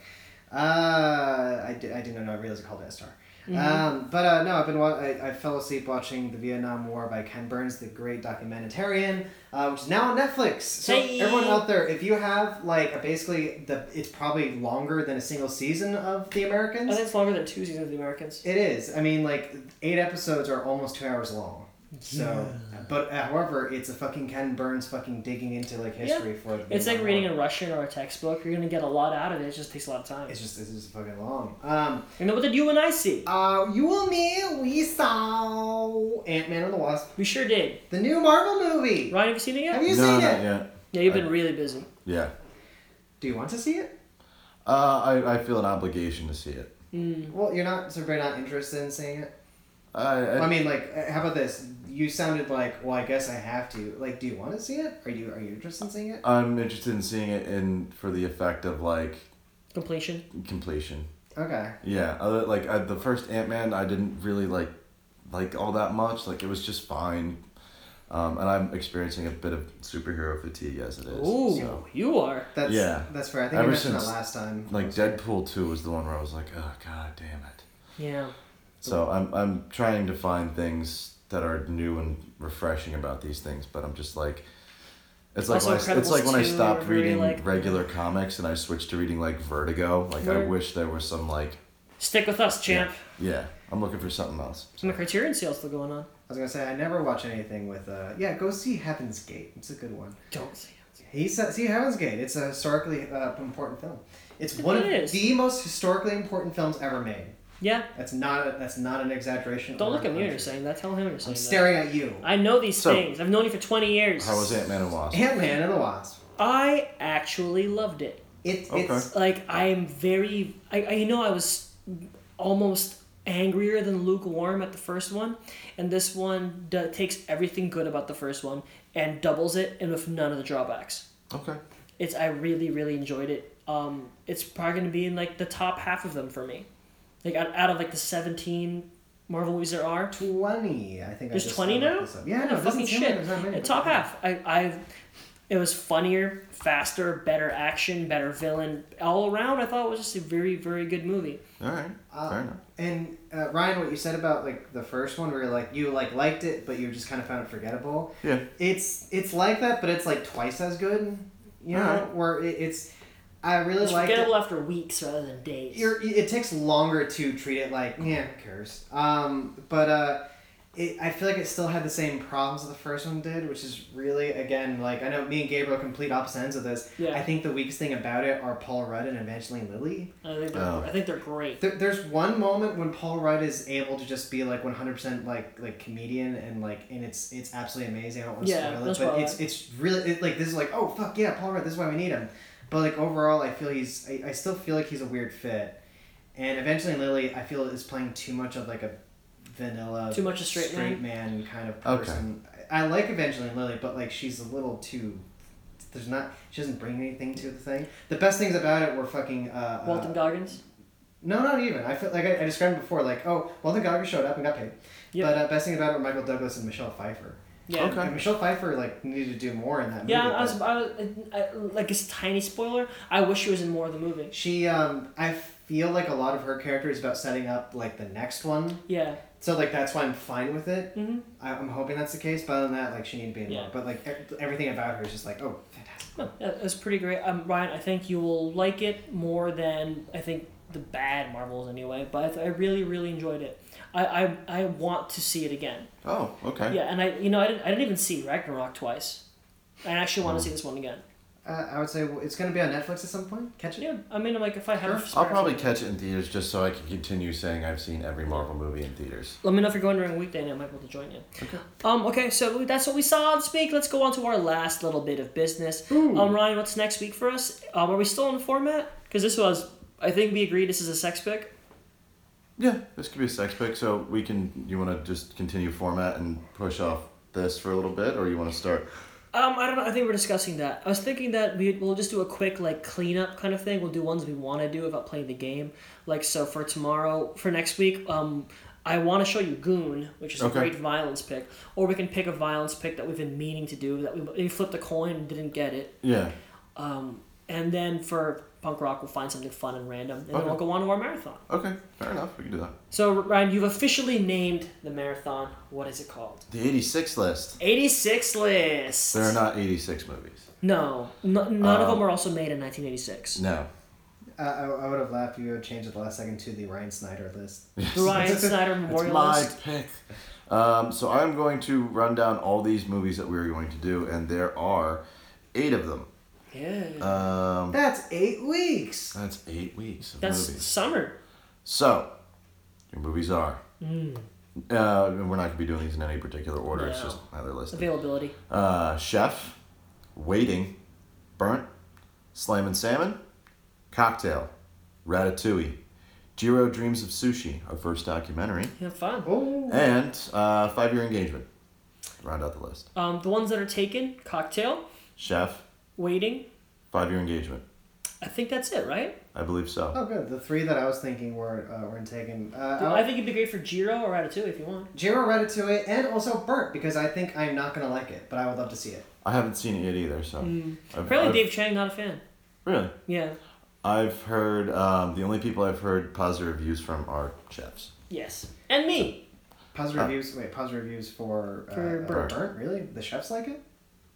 [SPEAKER 3] Uh, I, di- I didn't know. I realized I called it SR.
[SPEAKER 1] Mm-hmm.
[SPEAKER 3] Um, but uh, no, I've been wa- I, I fell asleep watching the Vietnam War by Ken Burns, the great documentarian, uh, which is now on Netflix. So
[SPEAKER 1] Hey!
[SPEAKER 3] everyone out there, if you have like a, basically the, it's probably longer than a single season of The
[SPEAKER 1] I
[SPEAKER 3] Americans.
[SPEAKER 1] think it's longer than two seasons of The Americans.
[SPEAKER 3] It is. I mean, like eight episodes are almost two hours long. So, but uh, however, it's a fucking Ken Burns fucking digging into like history for. the
[SPEAKER 1] It's like
[SPEAKER 3] Vietnam
[SPEAKER 1] reading
[SPEAKER 3] War.
[SPEAKER 1] a Russian or a textbook. You're gonna get a lot out of it. It just takes a lot of time.
[SPEAKER 3] It's just it's just fucking long. Um,
[SPEAKER 1] You know what did you and I see?
[SPEAKER 3] uh, you and me, we saw Ant Man and the Wasp,
[SPEAKER 1] We sure did.
[SPEAKER 3] the new Marvel movie.
[SPEAKER 1] Ryan, have you seen it yet?
[SPEAKER 3] Have you
[SPEAKER 2] no,
[SPEAKER 3] seen
[SPEAKER 2] not
[SPEAKER 3] it?
[SPEAKER 2] yet.
[SPEAKER 1] Yeah, you've been really busy.
[SPEAKER 2] Yeah.
[SPEAKER 3] Do you want to see it?
[SPEAKER 2] Uh, I, I feel an obligation to see it.
[SPEAKER 1] Mm-hmm.
[SPEAKER 3] Well, you're not. So you're not interested in seeing it.
[SPEAKER 2] I, I,
[SPEAKER 3] Well, I mean, like, uh, how about this? You sounded like, well, I guess I have to. Like, do you want to see it? Are you are you interested in seeing it?
[SPEAKER 2] I'm interested in seeing it in for the effect of like
[SPEAKER 1] Completion.
[SPEAKER 2] completion.
[SPEAKER 3] Okay.
[SPEAKER 2] Yeah, other, like I, the first Ant Man, I didn't really like like all that much. Like it was just fine, um, and I'm experiencing a bit of superhero fatigue as it is.
[SPEAKER 1] Ooh,
[SPEAKER 2] so.
[SPEAKER 1] you are.
[SPEAKER 3] That's
[SPEAKER 2] Yeah.
[SPEAKER 3] That's fair. I think I
[SPEAKER 2] Ever
[SPEAKER 3] mentioned that
[SPEAKER 2] since,
[SPEAKER 3] last time.
[SPEAKER 2] like Deadpool two was the one where I was like, oh god damn it.
[SPEAKER 1] Yeah.
[SPEAKER 2] So I'm I'm trying to find things that are new and refreshing about these things, but I'm just like. It's like,
[SPEAKER 1] Also,
[SPEAKER 2] when I, it's
[SPEAKER 1] Incredibles
[SPEAKER 2] like when I
[SPEAKER 1] 2
[SPEAKER 2] stopped
[SPEAKER 1] were very,
[SPEAKER 2] reading
[SPEAKER 1] like-
[SPEAKER 2] regular comics and I switched to reading like Vertigo. Like I
[SPEAKER 1] Right.
[SPEAKER 2] wish there was some like
[SPEAKER 1] Stick with us, champ.
[SPEAKER 2] yeah. I'm looking for something else.
[SPEAKER 1] And the Criterion sale's still going on.
[SPEAKER 3] I was gonna say I never watch anything with uh yeah go see Heaven's Gate it's a good one
[SPEAKER 1] Don't see
[SPEAKER 3] he said see Heaven's Gate it's a historically uh, important film it's one
[SPEAKER 1] It
[SPEAKER 3] of
[SPEAKER 1] is.
[SPEAKER 3] the most historically important films ever made
[SPEAKER 1] it. Yeah.
[SPEAKER 3] that's not a, that's not an exaggeration
[SPEAKER 1] Don't
[SPEAKER 3] or
[SPEAKER 1] look at me when
[SPEAKER 3] an-
[SPEAKER 1] you're saying that. Tell him when you're saying
[SPEAKER 3] I'm
[SPEAKER 1] that.
[SPEAKER 3] staring at you
[SPEAKER 1] I know these
[SPEAKER 2] So-
[SPEAKER 1] things. I've known you for 20 years.
[SPEAKER 2] How was Ant Man and Wasp?
[SPEAKER 3] Ant Man and the Wasp
[SPEAKER 1] I actually loved it.
[SPEAKER 3] it,
[SPEAKER 2] Okay.
[SPEAKER 3] it's
[SPEAKER 1] Like, I'm very. I, I, you know, I was almost angrier than lukewarm at the first one. And this one d- takes everything good about the first one and doubles it and with none of the drawbacks.
[SPEAKER 2] Okay.
[SPEAKER 1] It's I really really enjoyed it. Um, it's probably gonna be in like the top half of them for me. Like out, out of like the seventeen Marvel movies there are,
[SPEAKER 3] twenty I think I
[SPEAKER 1] there's
[SPEAKER 3] just
[SPEAKER 1] twenty
[SPEAKER 3] looked
[SPEAKER 1] now.
[SPEAKER 3] this up. yeah
[SPEAKER 1] no,
[SPEAKER 3] no, it doesn't
[SPEAKER 1] fucking
[SPEAKER 3] seem
[SPEAKER 1] shit.
[SPEAKER 3] like there's that many,
[SPEAKER 1] Uh,
[SPEAKER 3] but-
[SPEAKER 1] top half. I I it was funnier, faster, better action, better villain all around. I thought it was just a very very good movie.
[SPEAKER 2] All right. Fair enough.
[SPEAKER 3] Um, And uh, Ryan, what you said about like the first one, where you're like you like liked it, but you just kind of found it forgettable.
[SPEAKER 2] Yeah.
[SPEAKER 3] It's it's like that, but it's like twice as good. You know,
[SPEAKER 2] Alright.
[SPEAKER 3] where it, it's I really
[SPEAKER 1] It's
[SPEAKER 3] like it.
[SPEAKER 1] forgettable after weeks rather than days.
[SPEAKER 3] You're, it takes longer to treat it like yeah, who cares. Um, but uh, it, I feel like it still had the same problems that the first one did, which is really again like I know me and Gabriel are complete opposite ends of this.
[SPEAKER 1] Yeah.
[SPEAKER 3] I think the weakest thing about it are Paul Rudd and Evangeline Lilly.
[SPEAKER 1] I think they're,
[SPEAKER 2] Oh.
[SPEAKER 1] I think they're great.
[SPEAKER 3] There, there's one moment when Paul Rudd is able to just be like 100% like like comedian and like and it's it's absolutely amazing. I don't want to
[SPEAKER 1] Yeah,
[SPEAKER 3] spoil it,
[SPEAKER 1] that's
[SPEAKER 3] but
[SPEAKER 1] why.
[SPEAKER 3] it's it's really it, like this is like oh fuck yeah Paul Rudd this is why we need him. But like overall, I feel he's I, I still feel like he's a weird fit, and eventually Lily I feel is playing too much of like a vanilla
[SPEAKER 1] Too much a straight
[SPEAKER 3] man. kind of
[SPEAKER 2] Okay.
[SPEAKER 3] person. I, I like Evangeline Lilly, but like she's a little too. There's not. She doesn't bring anything to the thing. The best things about it were fucking. Uh, uh,
[SPEAKER 1] Walton Goggins.
[SPEAKER 3] no, not even. I feel like I, I described before, like, oh, Walton Goggins showed up and got paid.
[SPEAKER 1] Yeah.
[SPEAKER 3] But uh, best thing about it were Michael Douglas and Michelle Pfeiffer.
[SPEAKER 1] Yeah.
[SPEAKER 2] Okay.
[SPEAKER 3] And Michelle Pfeiffer like needed to do more in that movie.
[SPEAKER 1] Yeah, I was,
[SPEAKER 3] but
[SPEAKER 1] I was I, I- like it's a tiny spoiler. I wish she was in more of the movie.
[SPEAKER 3] She, um, I feel like a lot of her character is about setting up like the next one.
[SPEAKER 1] Yeah,
[SPEAKER 3] So like that's why I'm fine with it.
[SPEAKER 1] Mhm.
[SPEAKER 3] I, I'm hoping that's the case. But other than that, like she needed to be in
[SPEAKER 1] Yeah.
[SPEAKER 3] more. But like e- everything about her is just like, oh, fantastic.
[SPEAKER 1] no, yeah, it was pretty great. Um, Ryan, I think you will like it more than I think the bad Marvels anyway. But I, th- I really, really enjoyed it. I, I, I want to see it again.
[SPEAKER 2] Oh, okay.
[SPEAKER 1] Yeah, and I, you know, I didn't, I didn't even see Ragnarok twice. I actually
[SPEAKER 2] Mm.
[SPEAKER 1] want to see this one again.
[SPEAKER 3] Uh, I would say well, it's gonna be on Netflix at some point. Catch it.
[SPEAKER 1] Yeah, I mean, like if I have,
[SPEAKER 2] I'll probably catch it in theaters just so I can continue saying I've seen every Marvel movie in theaters.
[SPEAKER 1] Let me know if you're going during a weekday, and I might be able to join you. Okay. Um. Okay. So that's what we saw this week. Let's go on to our last little bit of business. Um, Ryan, what's next week for us? Um, are we still in the format? Because this was, I think we agreed this is a sex pick.
[SPEAKER 2] Yeah, this could be a sex pick, so we can. You want to just continue format and push off this for a little bit, or you want to start?
[SPEAKER 1] Um, I don't know. I think we're discussing that. I was thinking that we we'll just do a quick like cleanup kind of thing. We'll do ones we want to do about playing the game. Like so for tomorrow, for next week, um, I want to show you Goon, which is
[SPEAKER 2] Okay.
[SPEAKER 1] a great violence pick, or we can pick a violence pick that we've been meaning to do that we, we flipped a coin and didn't get it.
[SPEAKER 2] Yeah.
[SPEAKER 1] Um, and then for punk rock, we'll find something fun and random, and then
[SPEAKER 2] Okay.
[SPEAKER 1] we'll go on to our marathon.
[SPEAKER 2] Okay. Fair enough. We can do that.
[SPEAKER 1] So Ryan, you've officially named the marathon. What is it called?
[SPEAKER 2] The eighty-six list.
[SPEAKER 1] Eighty six list.
[SPEAKER 2] There are not eighty-six movies.
[SPEAKER 1] No, n- none
[SPEAKER 2] Uh,
[SPEAKER 1] of them were also made in 1986.
[SPEAKER 2] No.
[SPEAKER 3] Uh, I, I would have laughed if you had changed at the last second to the Ryan Snyder list.
[SPEAKER 1] The Ryan Snyder
[SPEAKER 2] It's
[SPEAKER 1] Memorial
[SPEAKER 2] my
[SPEAKER 1] List.
[SPEAKER 2] pick. Um, so I'm going to run down all these movies that we are going to do, and there are eight of them.
[SPEAKER 1] Yeah,
[SPEAKER 2] Um,
[SPEAKER 3] That's eight weeks.
[SPEAKER 2] that's eight weeks of
[SPEAKER 1] that's
[SPEAKER 2] movies.
[SPEAKER 1] summer.
[SPEAKER 2] So, your movies are. Uh, we're not going to be doing these in any particular order. It's
[SPEAKER 1] Hmm. No.
[SPEAKER 2] just how they're listed.
[SPEAKER 1] Availability.
[SPEAKER 2] Uh, Chef, Waiting, Burnt, Slam and Salmon, Cocktail, Ratatouille, Jiro Dreams of Sushi, our first documentary,
[SPEAKER 1] Have fun.
[SPEAKER 3] Oh.
[SPEAKER 2] and uh, Five Year Engagement. Round out the list.
[SPEAKER 1] Um, the ones that are taken: cocktail,
[SPEAKER 2] Chef,
[SPEAKER 1] waiting.
[SPEAKER 2] Five Year Engagement.
[SPEAKER 1] I think that's it, right?
[SPEAKER 2] I believe so.
[SPEAKER 3] Oh, good. The three that I was thinking were uh, were taken. Uh,
[SPEAKER 1] I think it'd be great for Jiro or Ratatouille if you want.
[SPEAKER 3] Jiro Ratatouille and also Burnt because I think I'm not gonna like it, but I would love to see it.
[SPEAKER 2] I haven't seen it yet either, so. I've-
[SPEAKER 1] Hmm. Apparently,
[SPEAKER 2] I've-
[SPEAKER 1] Dave Chang not a fan.
[SPEAKER 2] Really?
[SPEAKER 1] Yeah.
[SPEAKER 2] I've heard um, the only people I've heard positive reviews from are chefs.
[SPEAKER 1] Yes. And me.
[SPEAKER 3] Pause
[SPEAKER 2] Uh,
[SPEAKER 3] reviews. Wait, pause reviews for, uh,
[SPEAKER 1] For
[SPEAKER 2] Burnt.
[SPEAKER 3] Burnt. Really, the chefs like it.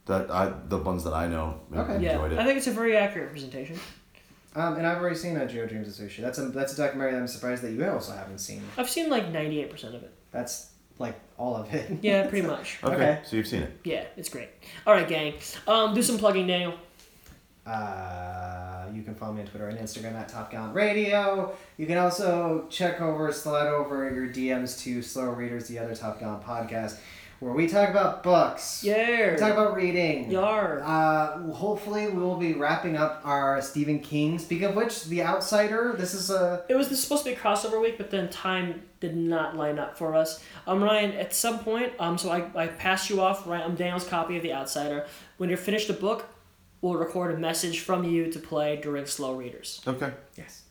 [SPEAKER 2] That I the ones that I know
[SPEAKER 3] Okay.
[SPEAKER 2] enjoyed
[SPEAKER 1] Yeah.
[SPEAKER 2] it.
[SPEAKER 1] I think it's a very accurate presentation.
[SPEAKER 3] Um, and I've already seen a Jiro Dreams of Sushi. That's a that's a documentary that I'm surprised that you also haven't seen.
[SPEAKER 1] I've seen like 98% of it.
[SPEAKER 3] That's like all of it.
[SPEAKER 1] Yeah, pretty much.
[SPEAKER 2] okay.
[SPEAKER 3] okay.
[SPEAKER 2] so you've seen it.
[SPEAKER 1] Yeah, it's great. All right, gang. Um, do some plugging, Daniel.
[SPEAKER 3] Uh, you can follow me on Twitter and Instagram at Top Gallant Radio. You can also check over, slide over your DMs to Slow Readers, the other Top Gallant podcast, where we talk about books.
[SPEAKER 1] Yeah.
[SPEAKER 3] We talk about reading.
[SPEAKER 1] Yar.
[SPEAKER 3] Uh, hopefully, we will be wrapping up our Stephen King. Speaking of which, The Outsider. This is uh, a.
[SPEAKER 1] It was this supposed to be a crossover week, but then time did not line up for us. Um, Ryan, at some point, um, so I, I pass you off Ryan, um, Daniel's copy of The Outsider. When you're finished the book, we'll record a message from you to play during slow readers.
[SPEAKER 2] Okay.
[SPEAKER 3] Yes.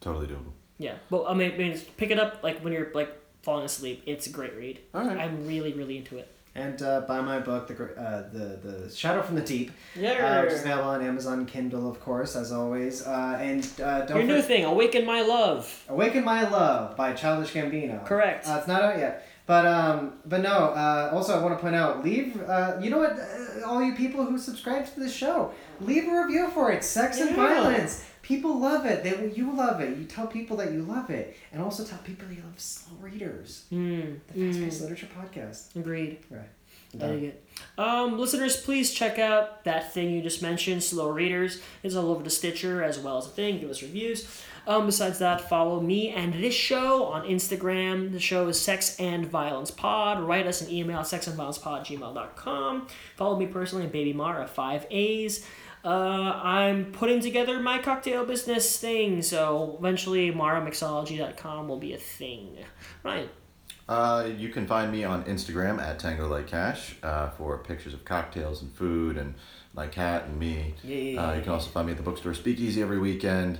[SPEAKER 2] Totally doable.
[SPEAKER 1] Yeah, but I mean, I mean, pick it up like when you're like falling asleep. It's a great read.
[SPEAKER 2] All right.
[SPEAKER 1] I'm really, really into it.
[SPEAKER 3] And uh, buy my book, the Gr- uh, the the Shadow from the Deep,
[SPEAKER 1] Yeah.
[SPEAKER 3] uh, which is available on Amazon Kindle, of course, as always. Uh, and uh, don't
[SPEAKER 1] Your
[SPEAKER 3] forget-
[SPEAKER 1] new thing, Awaken My Love.
[SPEAKER 3] Awaken My Love by Childish Gambino.
[SPEAKER 1] Correct.
[SPEAKER 3] Uh, it's not out yet. But um, but no. Uh, also, I want to point out, leave. Uh, you know what? Uh, all you people who subscribe to this show, leave a review for it. Sex and
[SPEAKER 1] Yeah.
[SPEAKER 3] violence. People love it. They you love it. You tell people that you love it, and also tell people you love slow readers.
[SPEAKER 1] Mm,
[SPEAKER 3] The Fast Paced
[SPEAKER 1] mm.
[SPEAKER 3] Literature Podcast.
[SPEAKER 1] Agreed.
[SPEAKER 3] Right.
[SPEAKER 1] Very
[SPEAKER 3] Done.
[SPEAKER 1] good. Um, listeners, please check out that thing you just mentioned, Slow Readers. It's all over the Stitcher as well as the thing. Give us reviews. Um, besides that, follow me and this show on Instagram. The show is Sex and Violence Pod. Write us an email at sexandviolencepod@gmail.com. Follow me personally at Baby Mara Five A's. Uh, I'm putting together my cocktail business thing, so eventually maramixology.com will be a thing. Ryan.
[SPEAKER 2] Uh, you can find me on Instagram at Tango Like Cash uh, for pictures of cocktails and food and my cat and me.
[SPEAKER 1] Yay.
[SPEAKER 2] Uh, you can also find me at the bookstore Speakeasy every weekend.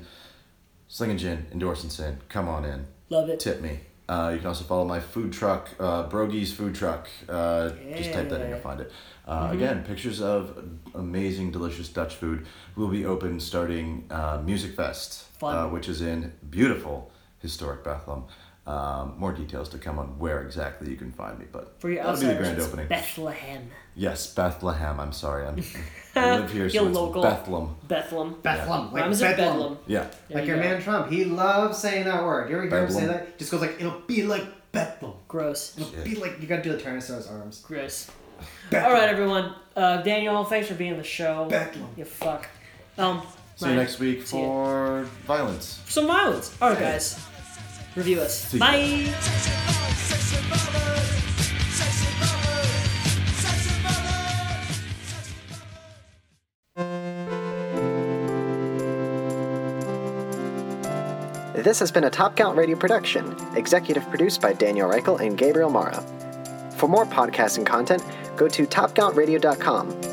[SPEAKER 2] Slinging gin, endorsing sin. Come on in,
[SPEAKER 1] Love it.
[SPEAKER 2] tip me. Uh, you can also follow my food truck, uh, Brogy's Food Truck. Uh, Just type
[SPEAKER 1] Yeah.
[SPEAKER 2] that in,
[SPEAKER 1] Mm-hmm.
[SPEAKER 2] you'll find it. Uh, Again, pictures of amazing, delicious Dutch food will be open starting uh, Music Fest,
[SPEAKER 1] Fun.
[SPEAKER 2] Uh, which is in beautiful, historic Bethlehem. Um, more details to come on where exactly you can find me, but
[SPEAKER 1] For your
[SPEAKER 2] that'll be the
[SPEAKER 1] outside
[SPEAKER 2] grand
[SPEAKER 1] it's
[SPEAKER 2] opening.
[SPEAKER 1] Bethlehem.
[SPEAKER 2] yes, Bethlehem. I'm sorry, I'm, I live here, so
[SPEAKER 1] You're
[SPEAKER 2] it's
[SPEAKER 1] local.
[SPEAKER 2] Bethlehem.
[SPEAKER 1] Bethlehem.
[SPEAKER 3] Bethlehem. Like
[SPEAKER 1] Rhymes with
[SPEAKER 3] Bedlam.
[SPEAKER 1] Bedlam.
[SPEAKER 2] Yeah,
[SPEAKER 1] There
[SPEAKER 3] Like
[SPEAKER 1] you
[SPEAKER 3] your
[SPEAKER 1] go.
[SPEAKER 3] man Trump, he loves saying that word. You ever hear him say
[SPEAKER 2] Bedlam.
[SPEAKER 3] that? Just goes like, "It'll be like Bethlehem."
[SPEAKER 1] Gross.
[SPEAKER 3] It'll be like you gotta do the Tyrannosaurus arms.
[SPEAKER 1] Gross. All right, everyone. Uh, Daniel, thanks for being on the show.
[SPEAKER 3] Bedlam.
[SPEAKER 1] You fuck. Um,
[SPEAKER 2] see you
[SPEAKER 1] Ryan,
[SPEAKER 2] next week
[SPEAKER 1] See ya.
[SPEAKER 2] for violence.
[SPEAKER 1] some violence. All right, guys. Review us.
[SPEAKER 2] ya.
[SPEAKER 1] Bye.
[SPEAKER 3] This has been a Top Count Radio production, executive produced by Daniel Reichel and Gabriel Mara. For more podcasting content, go to topcountradio.com